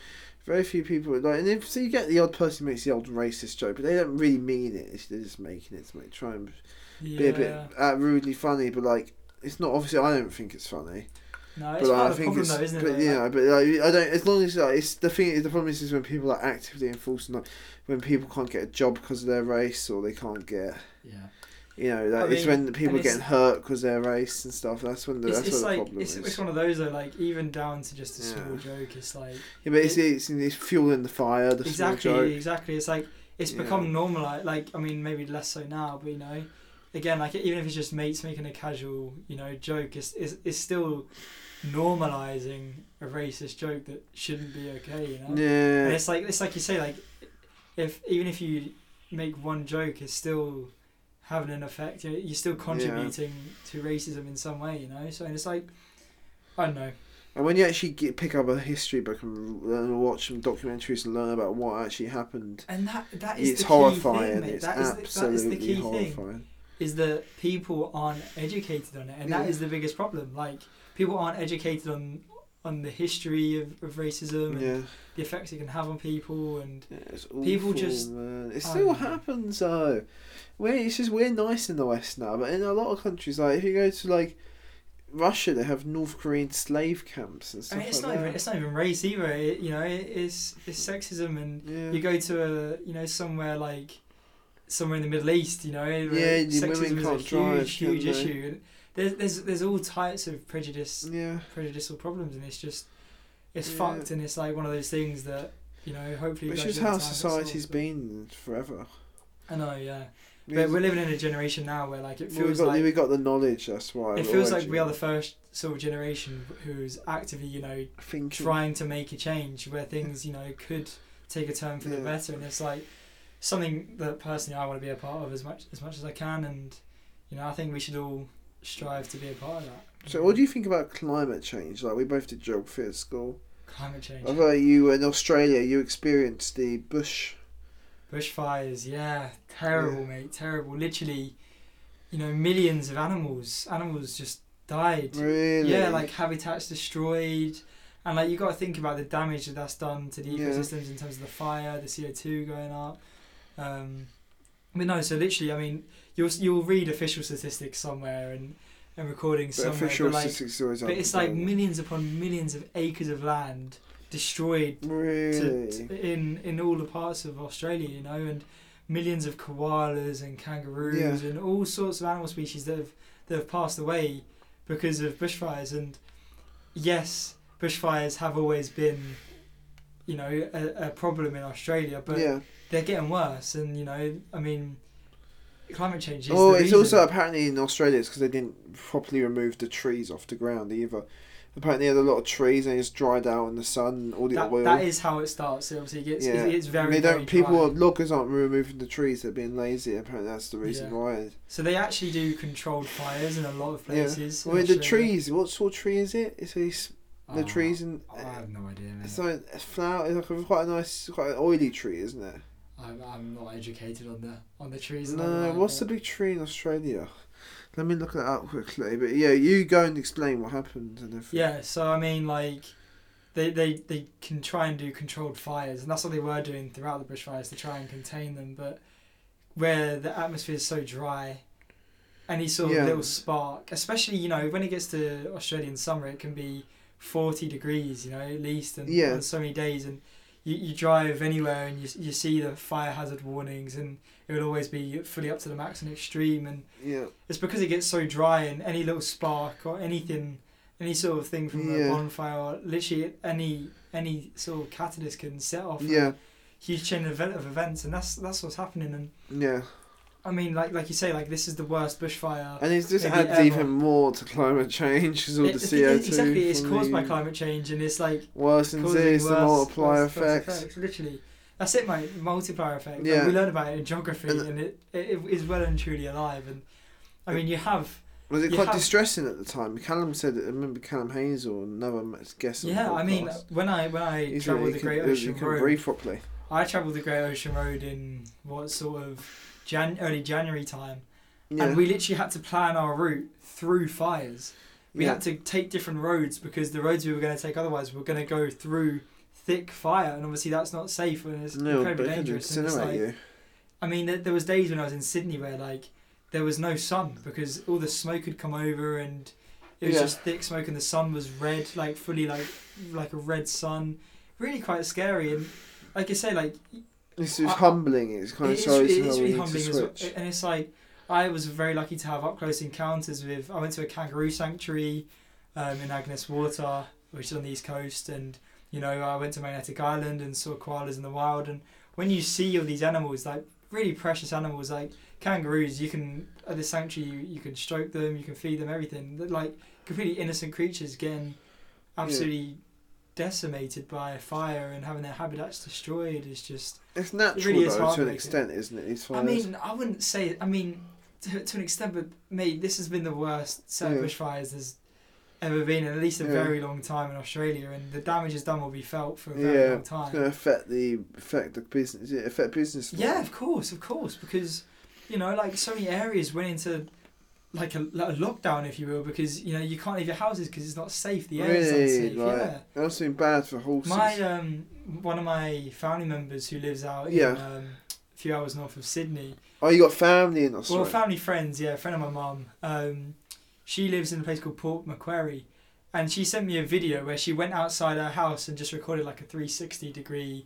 S1: very few people like, and if so, you get the odd person who makes the old racist joke, but they don't really mean it. It's, they're just making it to make try and
S2: but-
S1: be a bit
S2: Yeah.
S1: uh, rudely funny, but like it's not. Obviously, I don't think it's funny,
S2: No,
S1: but
S2: it's
S1: like,
S2: part
S1: I
S2: of the
S1: think
S2: problem
S1: it's.
S2: though, isn't it?
S1: but
S2: though?
S1: you
S2: Like,
S1: know, but like, I don't. As long as like, it's the thing. The problem is, is when people are actively enforcing like when people can't get a job because of their race, or they can't get.
S2: yeah.
S1: You know, like,
S2: I
S1: it's
S2: mean,
S1: when the people
S2: and
S1: are getting hurt because their race and stuff. That's when the,
S2: It's,
S1: that's
S2: it's
S1: where
S2: like
S1: the problem
S2: it's,
S1: is.
S2: it's one of those though, like even down to just a
S1: Yeah.
S2: small joke, it's like
S1: yeah, but it's, it's, it's fueling the fire. The
S2: exactly,
S1: small joke.
S2: exactly. It's like it's
S1: Yeah.
S2: become normal. Like, like I mean, maybe less so now, but you know, again, like even if it's just mates making a casual, you know, joke, it's it's, it's still normalizing a racist joke that shouldn't be okay. You know,
S1: Yeah.
S2: And it's like it's like you say, like if even if you make one joke, it's still having an effect. You're, you're still contributing to racism in some way, you know. So and it's like I don't know.
S1: And when you actually get, pick up a history book and r- and watch some documentaries and learn about what actually happened,
S2: And that that is
S1: it's
S2: the
S1: horrifying.
S2: key thing, mate.
S1: it's
S2: that is the, that
S1: absolutely
S2: is the key thing
S1: horrifying.
S2: is that people aren't educated on it, and that
S1: Yeah.
S2: is the biggest problem. Like people aren't educated on on the history of, of racism and
S1: Yeah.
S2: the effects it can have on people and
S1: yeah, it's awful,
S2: People just-
S1: Man. It
S2: I
S1: still
S2: know.
S1: happens though. We're it's just we're nice in the West now, but in a lot of countries, like if you go to like Russia, they have North Korean slave camps and
S2: I
S1: stuff
S2: mean, it's
S1: like
S2: not even
S1: that.
S2: it's not even race either. It, you know, it, it's it's sexism and
S1: yeah.
S2: you go to a you know somewhere like somewhere in the Middle East, you know, where
S1: Yeah, the
S2: sexism
S1: women
S2: is a
S1: can't
S2: huge,
S1: drive,
S2: huge
S1: can they?
S2: issue. And there's there's there's all types of prejudice,
S1: yeah.
S2: prejudicial problems, and it's just it's
S1: Yeah.
S2: fucked, and it's like one of those things that you know hopefully.
S1: But it's
S2: gradually
S1: just how
S2: over time gets solved,
S1: society's
S2: but-
S1: been forever.
S2: I know, yeah, but
S1: Because
S2: we're living in a generation now where like it
S1: we
S2: feels
S1: got
S2: like
S1: we got the knowledge. That's why
S2: it feels like
S1: already
S2: we are the first sort of generation who's actively you know
S1: thinking.
S2: trying to make a change where things you know could take a turn for the
S1: Yeah.
S2: better and it's like something that personally I want to be a part of as much as much as I can and you know I think we should all strive to be a part of that
S1: So, what do you think about climate change? Like, we both did geography at school.
S2: climate change
S1: Although you were in Australia, you experienced the bush.
S2: bushfires yeah terrible mate terrible literally you know millions of animals animals just died
S1: Really?
S2: yeah like habitats destroyed and like you got to think about the damage that that's done to the
S1: Yeah.
S2: ecosystems in terms of the fire the co2 going up um but no so literally i mean you'll you'll read official statistics somewhere and and recordings
S1: But
S2: somewhere
S1: official
S2: but, like,
S1: statistics always
S2: but it's like millions upon millions of acres of land destroyed
S1: Really?
S2: to, to, in in all the parts of Australia, you know, and millions of koalas and kangaroos
S1: Yeah.
S2: and all sorts of animal species that have that have passed away because of bushfires. And yes, bushfires have always been, you know, a, a problem in Australia, but
S1: yeah.
S2: they're getting worse. And you know, I mean, climate change is.
S1: Oh,
S2: the
S1: it's
S2: reason.
S1: also apparently in Australia it's because they didn't properly remove the trees off the ground either. Apparently, they had a lot of trees and it's dried out in the sun. and All the
S2: that,
S1: oil.
S2: that is how it starts. It obviously gets
S1: Yeah.
S2: it's very
S1: they don't.
S2: very
S1: people
S2: dry.
S1: are- loggers aren't removing the trees. They're being lazy. Apparently, that's the reason
S2: Yeah.
S1: why.
S2: So they actually do controlled fires in a lot of
S1: Yeah.
S2: places. in
S1: Well, the
S2: Australia.
S1: trees. What sort of tree is it? It's these the
S2: Ah,
S1: trees and
S2: I have no idea. Man.
S1: it's like a flower. It's like a, quite a nice, quite an oily tree, isn't it?
S2: I'm, I'm not educated on the on the trees. and all
S1: No,
S2: that,
S1: what's the
S2: but-
S1: big tree in Australia? Let me look it up quickly. But yeah, you go and explain what happened and everything.
S2: Yeah, so I mean, like, they, they they can try and do controlled fires, and that's what they were doing throughout the bushfires to try and contain them. But where the atmosphere is so dry, any sort
S1: Yeah.
S2: of little spark, especially you know when it gets to Australian summer, it can be forty degrees, you know, at least, and
S1: Yeah.
S2: on so many days, and you, you drive anywhere and you you see the fire hazard warnings, and it would always be fully up to the max and extreme, and
S1: Yeah.
S2: it's because it gets so dry and any little spark or anything any sort of thing from
S1: Yeah.
S2: a bonfire or literally any any sort of catalyst can set off
S1: Yeah.
S2: a huge chain of, event, of events and that's that's what's happening and
S1: Yeah.
S2: i mean like like you say like this is the worst bushfire
S1: And it just
S2: Uh, Maybe
S1: adds
S2: ever.
S1: even more to climate change because all
S2: It-
S1: the
S2: it-
S1: CO2.
S2: exactly it's
S1: from
S2: caused by
S1: the-
S2: climate change and it's like
S1: Worse than
S2: causing
S1: this,
S2: worse,
S1: the multiplier
S2: worse- worse
S1: effect.
S2: effects, literally that's it mate multiplier effect Like,
S1: Yeah.
S2: we learn about it in geography
S1: And-
S2: and, it, it it is well and truly alive and i mean you have
S1: Was it
S2: You
S1: quite
S2: have-
S1: distressing at the time? Callum said, I remember Callum Hayes or another guest. on the
S2: yeah i mean
S1: podcast.
S2: when i when i
S1: He said
S2: travel
S1: he
S2: the
S1: couldn't-
S2: great
S1: he
S2: ocean
S1: couldn't
S2: road
S1: breathe properly.
S2: I travelled the Great Ocean Road in what sort of Jan- early January time,
S1: Yeah.
S2: and we literally had to plan our route through fires. We
S1: yeah.
S2: had to take different roads because the roads we were going to take otherwise were going to go through thick fire, and obviously that's not safe and it's
S1: no, but
S2: incredibly
S1: it could
S2: dangerous. And it's
S1: incinerate
S2: like-
S1: you.
S2: I mean, there, there was days when I was in Sydney where like there was no sun because all the smoke had come over and it was
S1: Yeah.
S2: just thick smoke and the sun was red, like fully like like a red sun. Really quite scary and like I say, like
S1: It's just
S2: I-
S1: humbling. It's kind
S2: it
S1: of
S2: is,
S1: shows
S2: it
S1: how
S2: is
S1: we need
S2: really
S1: to
S2: humbling as well.
S1: switch.
S2: And it's like, I was very lucky to have up close encounters with. I went to a kangaroo sanctuary um, in Agnes Water, which is on the east coast, and you know, I went to Magnetic Island and saw koalas in the wild. And when you see all these animals, like really precious animals, like kangaroos, you can at the sanctuary, you, you can stroke them, you can feed them, everything. They're like completely innocent creatures getting absolutely decimated by a fire and having their habitats destroyed is just
S1: It's natural
S2: really is
S1: though, to an
S2: heartbreaking.
S1: extent, isn't it? It's
S2: I
S1: fine.
S2: mean, I wouldn't say. I mean, to, to an extent, but mate, this has been the worst set of
S1: Yeah.
S2: bushfires there's ever been in at least a
S1: Yeah.
S2: very long time in Australia, and the damages done will be felt for a very
S1: yeah,
S2: long
S1: it's going
S2: time.
S1: to affect the affect the business. It affect business. a lot.
S2: Yeah, of course, of course, because you know, like so many areas went into like a, like a lockdown, if you will, because you know you can't leave your houses because it's not safe. The air is
S1: Really,
S2: unsafe.
S1: like
S2: Yeah.
S1: that's been bad for horses.
S2: My um, one of my family members who lives out
S1: Yeah.
S2: in, um, a few hours north of Sydney,
S1: oh, you got family in Australia.
S2: uh, Well, family friends, yeah, a friend of my mum. Um, she lives in a place called Port Macquarie, and she sent me a video where she went outside her house and just recorded like a 360 degree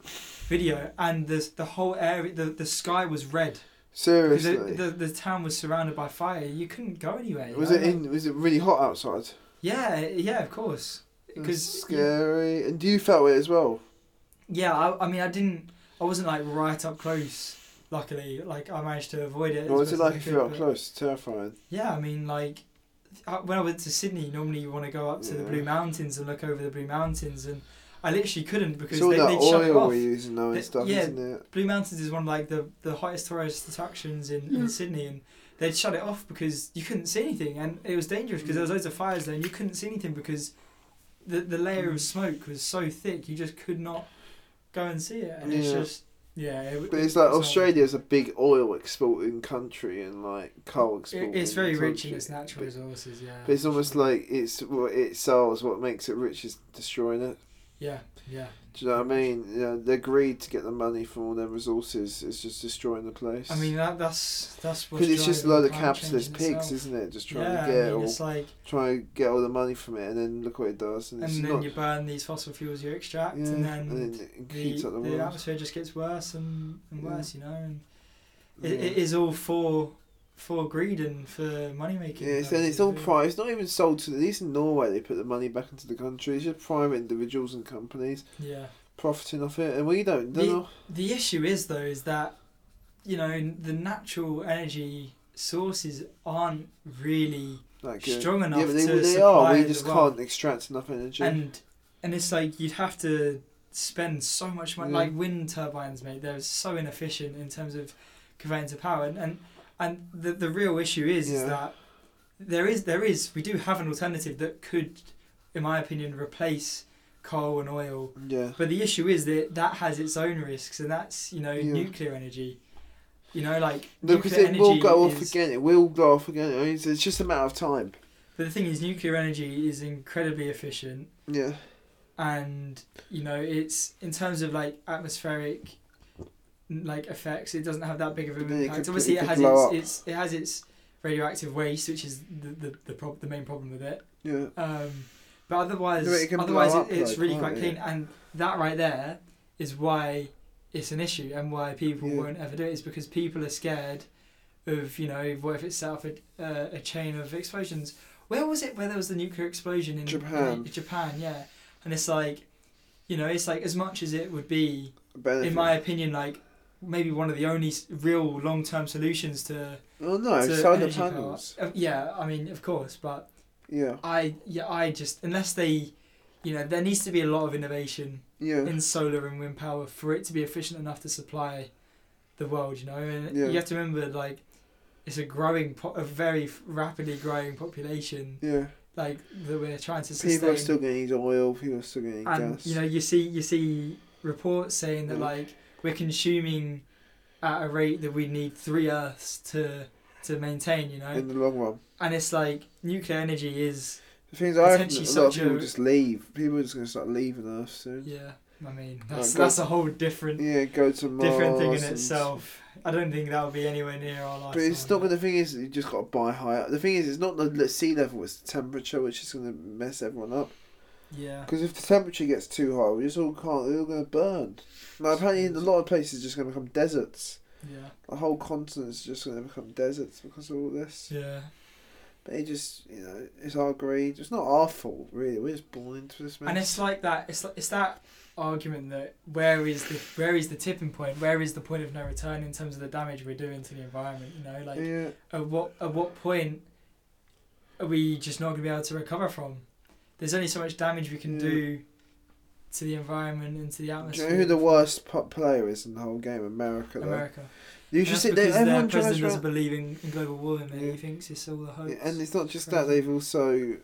S2: video, and the the whole area, the, the sky was red. 'Cause
S1: Seriously,
S2: The, the the town was surrounded by fire. You couldn't go anywhere. you
S1: was
S2: know,
S1: it
S2: like-
S1: in? Was it really hot outside?
S2: Yeah, yeah, of course.
S1: That's
S2: Because
S1: scary. And you felt it as well.
S2: yeah, I, I mean, I didn't, I wasn't like right up close. Luckily, like I managed to avoid it. as
S1: What was it
S2: best as I
S1: like if
S2: could,
S1: you were up
S2: but-
S1: close? Terrifying.
S2: Yeah, I mean, like I- when I went to Sydney, normally you want to go up to the
S1: Yeah.
S2: Blue Mountains and look over the Blue Mountains, and I literally couldn't because
S1: It's all
S2: they,
S1: that
S2: they'd shut it
S1: oil
S2: off.
S1: we're using now and
S2: They-
S1: stuff,
S2: yeah.
S1: isn't it?
S2: Blue Mountains is one of like the the hottest tourist attractions in, in Sydney, and they'd shut it off because you couldn't see anything, and it was dangerous because there
S1: Mm.
S2: was loads of fires there, and you couldn't see anything because the the layer
S1: Mm.
S2: of smoke was so thick you just could not go and see it, and it's
S1: Yeah.
S2: just yeah. It,
S1: But it's like
S2: horrible.
S1: Australia is a big oil exporting country and like coal exporting.
S2: It, it's very rich
S1: country.
S2: in its
S1: But-
S2: natural resources. Yeah,
S1: But it's almost like it's what it sells. What makes it rich is destroying it.
S2: Yeah, yeah.
S1: Do you know what I mean? You know, their greed to get the money from all their resources is just destroying the place.
S2: I mean that that's that's what's
S1: because it's just a
S2: driving
S1: load of
S2: climate change
S1: capitalist
S2: in
S1: pigs,
S2: itself.
S1: isn't it? Just trying
S2: Yeah,
S1: to get
S2: I mean,
S1: all,
S2: it's like
S1: trying to get all the money from it, and then look what it does, and,
S2: and
S1: it's
S2: then
S1: not.
S2: you burn these fossil fuels you extract,
S1: yeah,
S2: and then,
S1: it
S2: the,
S1: heats up the
S2: the
S1: world.
S2: atmosphere just gets worse and, and
S1: Yeah.
S2: worse, you know. And
S1: Yeah.
S2: it, it is all for for greed and for money making.
S1: Yeah, it's, and it's all private. It's not even sold to. At least in Norway, they put the money back into the country. It's just private individuals and companies
S2: Yeah.
S1: profiting off it, and we don't.
S2: The-
S1: know.
S2: The issue is though is that you know the natural energy sources aren't really
S1: That good.
S2: strong enough
S1: yeah, but they,
S2: to
S1: they
S2: supply
S1: are. We
S2: the
S1: just
S2: world.
S1: can't extract enough energy.
S2: and and it's like you'd have to spend so much money
S1: Yeah.
S2: like wind turbines mate they're so inefficient in terms of conveying to power and and, and the, the real issue is is
S1: Yeah.
S2: that there is there is we do have an alternative that could in my opinion replace coal and oil
S1: yeah.
S2: but the issue is that that has its own risks and that's you know
S1: Yeah.
S2: nuclear energy you know like
S1: No, because
S2: nuclear
S1: it will
S2: energy
S1: go off
S2: is-
S1: again. It will go off again. I mean, It's, it's just a matter of time.
S2: but the thing is nuclear energy is incredibly efficient
S1: Yeah.
S2: and you know it's in terms of like atmospheric like effects it doesn't have that big of an
S1: But then it
S2: impact
S1: could-
S2: obviously
S1: it
S2: it,
S1: could
S2: has
S1: blow up.
S2: its, its it has its radioactive waste which is the the, the, prob- the main problem with it
S1: Yeah.
S2: um but otherwise
S1: No, but it can blow
S2: otherwise
S1: up,
S2: it, it's
S1: though,
S2: really
S1: can't
S2: quite
S1: it?
S2: clean and that right there is why it's an issue and why people
S1: Yeah.
S2: won't ever do it is because people are scared of you know what if it set off a, uh, a chain of explosions where was it where there was the nuclear explosion in
S1: Japan.
S2: in Japan yeah and it's like you know it's like as much as it would be
S1: Benefit.
S2: in my opinion like maybe one of the only s- real long-term solutions to,
S1: oh no,
S2: to
S1: solar
S2: energy power.
S1: panels.
S2: Uh, yeah I mean of course but
S1: Yeah.
S2: I yeah I just unless they, you know, there needs to be a lot of innovation
S1: Yeah.
S2: in solar and wind power for it to be efficient enough to supply the world. You know, and
S1: Yeah.
S2: you have to remember like it's a growing, po- a very rapidly growing population
S1: Yeah.
S2: like that we're trying to sustain.
S1: People are still going to need oil. People are still going to need
S2: and
S1: gas. Mm.
S2: you know, you see you see reports saying that
S1: Yeah.
S2: like we're consuming at a rate that we need three Earths to to maintain. You know,
S1: in the long run,
S2: and it's like nuclear energy is
S1: the things I a
S2: potentially
S1: lot of
S2: such
S1: people
S2: a-
S1: just leave. People are just going to start leaving Earth soon.
S2: yeah. I mean, that's
S1: go-
S2: that's a whole different
S1: Yeah. Go to Mars.
S2: different thing in
S1: and-
S2: itself. I don't think that'll be anywhere near our life.
S1: But it's not. But the thing is, you just got to buy higher. The thing is, it's not the le- sea level; it's the temperature, which is going to mess everyone up.
S2: Yeah.
S1: Because if the temperature gets too high, we just all can't. We're all going to burn. Like apparently, a lot of places are just going to become deserts.
S2: Yeah.
S1: The whole continent's just going to become deserts because of all this.
S2: Yeah.
S1: But it just, you know, it's our greed. It's not our fault, really. We're just born into this mess.
S2: And it's like that. It's like, it's that argument that where is the where is the tipping point? Where is the point of no return in terms of the damage we're doing to the environment? You know, like
S1: yeah,
S2: at what at what point are we just not going to be able to recover from? There's only so much damage we can
S1: Yeah.
S2: do to the environment and to the
S1: do
S2: atmosphere.
S1: you know who the worst pop player is in the whole game? America. Though.
S2: America.
S1: You
S2: And
S1: should
S2: that's
S1: sit there.
S2: because their
S1: Everyone
S2: president
S1: drives
S2: doesn't
S1: around.
S2: believe in, in global warming. mate.
S1: Yeah.
S2: He thinks it's all a hoax.
S1: Yeah, And it's not just that.
S2: Crazy.
S1: They've also,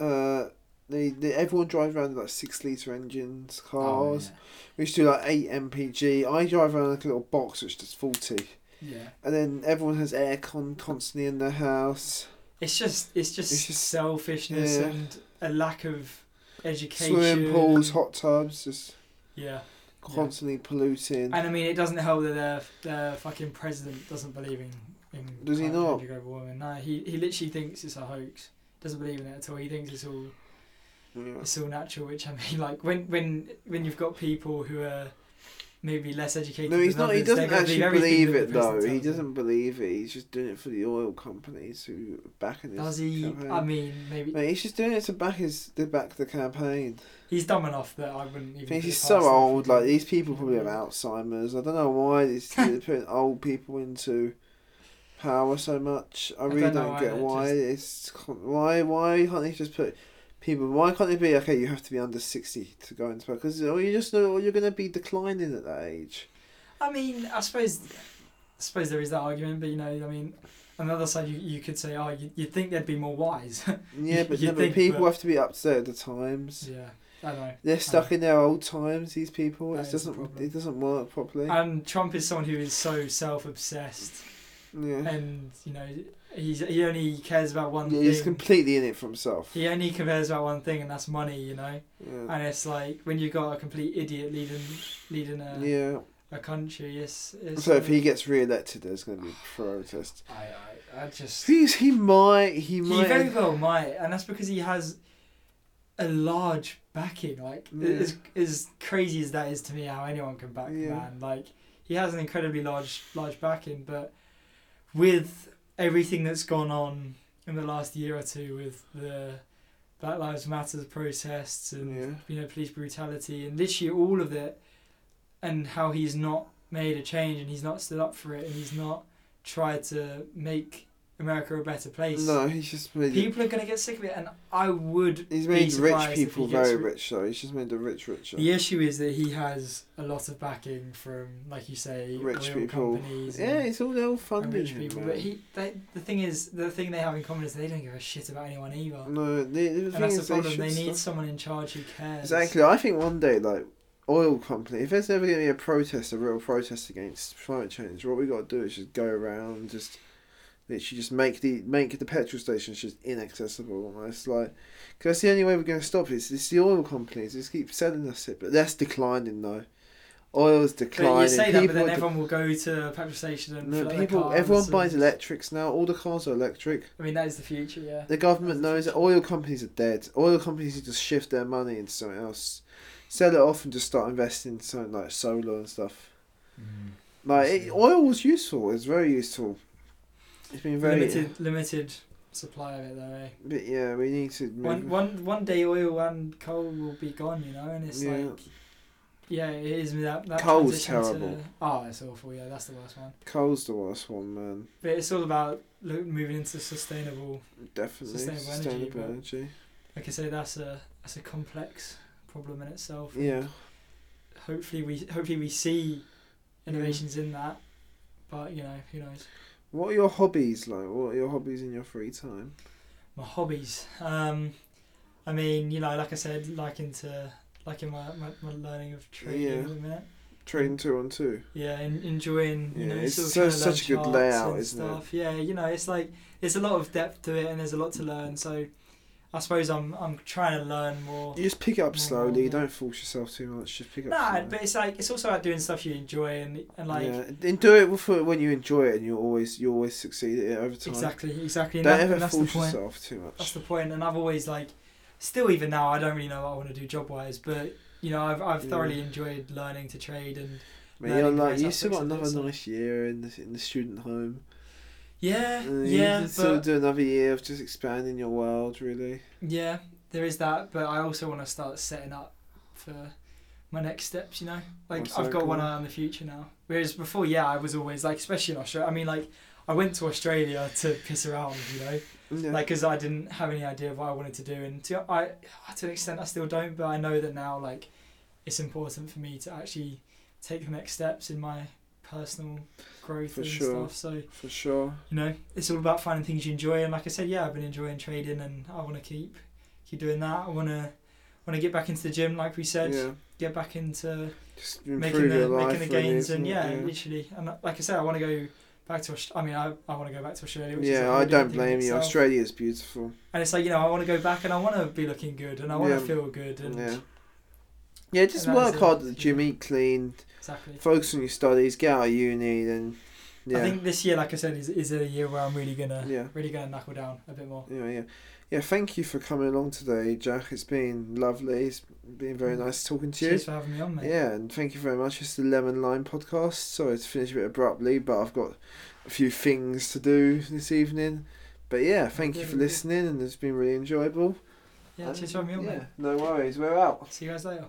S1: uh, they, they everyone drives around in, like six liter engines,
S2: Oh,
S1: cars. We used to do like eight mpg. I drive around like a little box which does forty.
S2: yeah. yeah.
S1: And then everyone has aircon constantly in their house.
S2: It's just it's just,
S1: It's just-
S2: selfishness
S1: yeah.
S2: and a lack of education.
S1: Swimming pools, hot tubs, just
S2: Yeah,
S1: constantly polluting.
S2: and I mean it doesn't help that their their fucking president doesn't believe in. in
S1: Does he
S2: climate
S1: not?
S2: change or global warming. No, he he literally thinks it's a hoax. Doesn't believe in it at all. He thinks it's all
S1: Yeah.
S2: it's all natural. Which I mean, like when when when you've got people who are maybe less educated.
S1: No,
S2: than
S1: he's not. He
S2: others, they're
S1: doesn't
S2: gonna
S1: actually
S2: everything
S1: believe
S2: that the
S1: it though.
S2: president
S1: He
S2: tells them.
S1: doesn't believe it. He's just doing it for the oil companies who are backing his.
S2: Does he?
S1: Campaign.
S2: I mean, maybe
S1: Mate, he's just doing it to back his to back the campaign.
S2: he's dumb enough that I wouldn't
S1: I think
S2: even. put it
S1: he's
S2: past
S1: so
S2: him if he
S1: old. Like
S2: did.
S1: these people probably have Alzheimer's. I don't know why these they're putting old people into power so much. I
S2: I
S1: really
S2: don't
S1: don't,
S2: know
S1: get
S2: either,
S1: why it's con- why why can't they just put people? Why can't they be okay? You have to be under sixty to go into power because or you just know or you're going to be declining at that age.
S2: I mean, I suppose, I suppose there is that argument, but you know, I mean, on the other side, you, you could say, oh, you, you'd think they'd be more wise.
S1: Yeah, but,
S2: You
S1: no, but
S2: think,
S1: people
S2: but-
S1: have to be up to date at the times.
S2: yeah, I know.
S1: They're stuck in their old times. These people.
S2: That
S1: It
S2: is the
S1: doesn't
S2: problem.
S1: it doesn't work properly.
S2: And Trump is someone who is so self obsessed
S1: Yeah.
S2: and you know he's he only cares about one
S1: yeah
S2: thing.
S1: he's completely in it for himself.
S2: he only cares about one thing, and that's money. You know,
S1: Yeah.
S2: and it's like when you got a complete idiot leading leading a,
S1: yeah.
S2: a country. It's, uh, it's uh,
S1: So if he gets re-elected, there's going to be protest.
S2: I I, I just
S1: He's, he might. He
S2: he
S1: might.
S2: very well might, and that's because he has a large backing. Like
S1: Yeah.
S2: as as crazy as that is to me, how anyone can back
S1: Yeah.
S2: man. Like he has an incredibly large large backing, but with everything that's gone on in the last year or two with the Black Lives Matter protests and
S1: Yeah.
S2: you know police brutality and literally all of it, and how he's not made a change and he's not stood up for it and he's not tried to make America a better place.
S1: No, he's just made.
S2: People are gonna get sick of it, and I would.
S1: he's
S2: be
S1: made
S2: surprised
S1: rich
S2: if he
S1: people
S2: gets
S1: very
S2: ri-
S1: rich though. He's just made the rich richer.
S2: The issue is that he has a lot of backing from, like you say,
S1: Rich
S2: oil
S1: people.
S2: companies.
S1: Yeah,
S2: and,
S1: it's all they'll
S2: and
S1: funding
S2: rich
S1: him,
S2: people.
S1: man.
S2: But he, they, the thing is, the thing they have in common is they don't give a shit about anyone either,
S1: No, Mm, the, the
S2: and
S1: thing
S2: that's the
S1: is they,
S2: problem.
S1: should
S2: They
S1: stop-
S2: need someone in charge who cares.
S1: Exactly. I think one day, like oil company, if there's ever going to be a protest, a real protest against climate change, what we got to do is just go around, just literally just make the make the petrol stations just inaccessible. Almost like because the only way we're going to stop this is the oil companies just keep selling us it, but that's declining though. Oil's declining.
S2: But you say that, but
S1: People
S2: then
S1: are de-
S2: everyone will go to a petrol station and
S1: no,
S2: fill up their
S1: people,
S2: cars
S1: everyone
S2: and-
S1: buys electrics now. All the cars are electric.
S2: I mean, that is the future. Yeah.
S1: The government knows that oil companies are dead. Oil companies need to shift their money into something else, sell it off, and just start investing in something like solar and stuff. Like it, oil was useful. It's very useful. It's been very.
S2: Limited, limited supply of it though. Eh?
S1: But yeah, we need to. Move.
S2: One, one, one day oil and coal will be gone, you know, and it's
S1: Yeah.
S2: like, yeah, it is that. that
S1: Coal's
S2: transition
S1: terrible.
S2: To, oh, it's awful. Yeah, that's the worst one.
S1: Coal's the worst one, man.
S2: But it's all about look, moving into sustainable.
S1: Definitely
S2: Sustainable
S1: sustainable,
S2: energy, but-
S1: energy.
S2: Like I say, that's a that's a complex problem in itself.
S1: Yeah,
S2: Hopefully, we hopefully we see innovations in that, but you know, who knows.
S1: what are your hobbies like? What are your hobbies in your free time?
S2: my hobbies. Um, I mean, you know, like I said, liking to liking my, my, my learning of trading
S1: Yeah.
S2: at the minute.
S1: Trading two on two.
S2: Yeah, and enjoying. You
S1: Yeah,
S2: know,
S1: it's
S2: sort of
S1: so-
S2: trying to
S1: such
S2: learn
S1: a good
S2: charts
S1: layout,
S2: and
S1: isn't it?
S2: stuff. Yeah, you know, it's like it's a lot of depth to it, and there's a lot to learn. So, I suppose I'm I'm trying to learn more.
S1: You just pick it up
S2: More
S1: slowly.
S2: normal.
S1: Don't force yourself too much. Just pick it up.
S2: Nah,
S1: slowly.
S2: but it's like it's also about doing stuff you enjoy and and like
S1: uh, yeah, and do it for when you enjoy it, and you always you always succeed at it over time.
S2: exactly exactly. And
S1: Don't
S2: that- and
S1: ever
S2: that's the
S1: force
S2: point.
S1: yourself too much.
S2: That's the point, and I've always like, still even now, I don't really know what I want to do job wise, but you know, I've I've
S1: Yeah.
S2: thoroughly enjoyed learning to trade, and
S1: I mean, you're
S2: learning
S1: like
S2: various
S1: you still got
S2: aspects of
S1: another
S2: it, so-
S1: nice year in the in the student home.
S2: yeah,
S1: And Uh, you
S2: yeah,
S1: can
S2: but
S1: still do another year of just expanding your world, really.
S2: yeah, there is that, but I also want to start setting up for my next steps. You know, like
S1: What's
S2: I've
S1: that
S2: got one
S1: called?
S2: eye on the future now. Whereas before, yeah, I was always like, especially in Australia. I mean, like. I went to Australia to piss around, you know,
S1: Yeah.
S2: like because I didn't have any idea of what I wanted to do, and to I to an extent I still don't, but I know that now like it's important for me to actually take the next steps in my personal growth
S1: For
S2: and
S1: sure.
S2: stuff. So
S1: for sure.
S2: you know, it's all about finding things you enjoy, and like I said, yeah, I've been enjoying trading, and I want to keep keep doing that. I want to want to get back into the gym, like we said,
S1: yeah,
S2: get back into
S1: just
S2: making
S1: improve
S2: the
S1: your life.
S2: making the
S1: really,
S2: gains,
S1: isn't
S2: and
S1: it?
S2: yeah, literally, and like I said, I want to go. Back to Aust- I mean, I, I want to go back to Australia. Which
S1: yeah.
S2: is a
S1: I
S2: whole
S1: don't
S2: different thing in
S1: blame you.
S2: itself.
S1: Australia is beautiful.
S2: And it's like, you know, I want to go back and I want to be looking good and I want to
S1: Yeah.
S2: feel good. And
S1: Yeah. Yeah, just
S2: And that is
S1: work
S2: it.
S1: hard at the gym, eat clean,
S2: Exactly.
S1: focus on your studies, get out of uni, then yeah.
S2: I think this year, like I said, is, is a year where I'm really going to
S1: yeah.
S2: really gonna knuckle down a bit more.
S1: Yeah, yeah. Yeah, thank you for coming along today, Jack. It's been lovely. It's been very nice talking to you.
S2: Mm. Cheers for having me on, mate.
S1: Yeah, and thank you very much. It's the Lemon Lime podcast. Sorry to finish a bit abruptly, but I've got a few things to do this evening. But yeah, thank you for listening, and it's been really enjoyable. Um,
S2: Yeah, cheers for having me on,
S1: yeah,
S2: mate.
S1: no worries. We're out.
S2: See you guys later.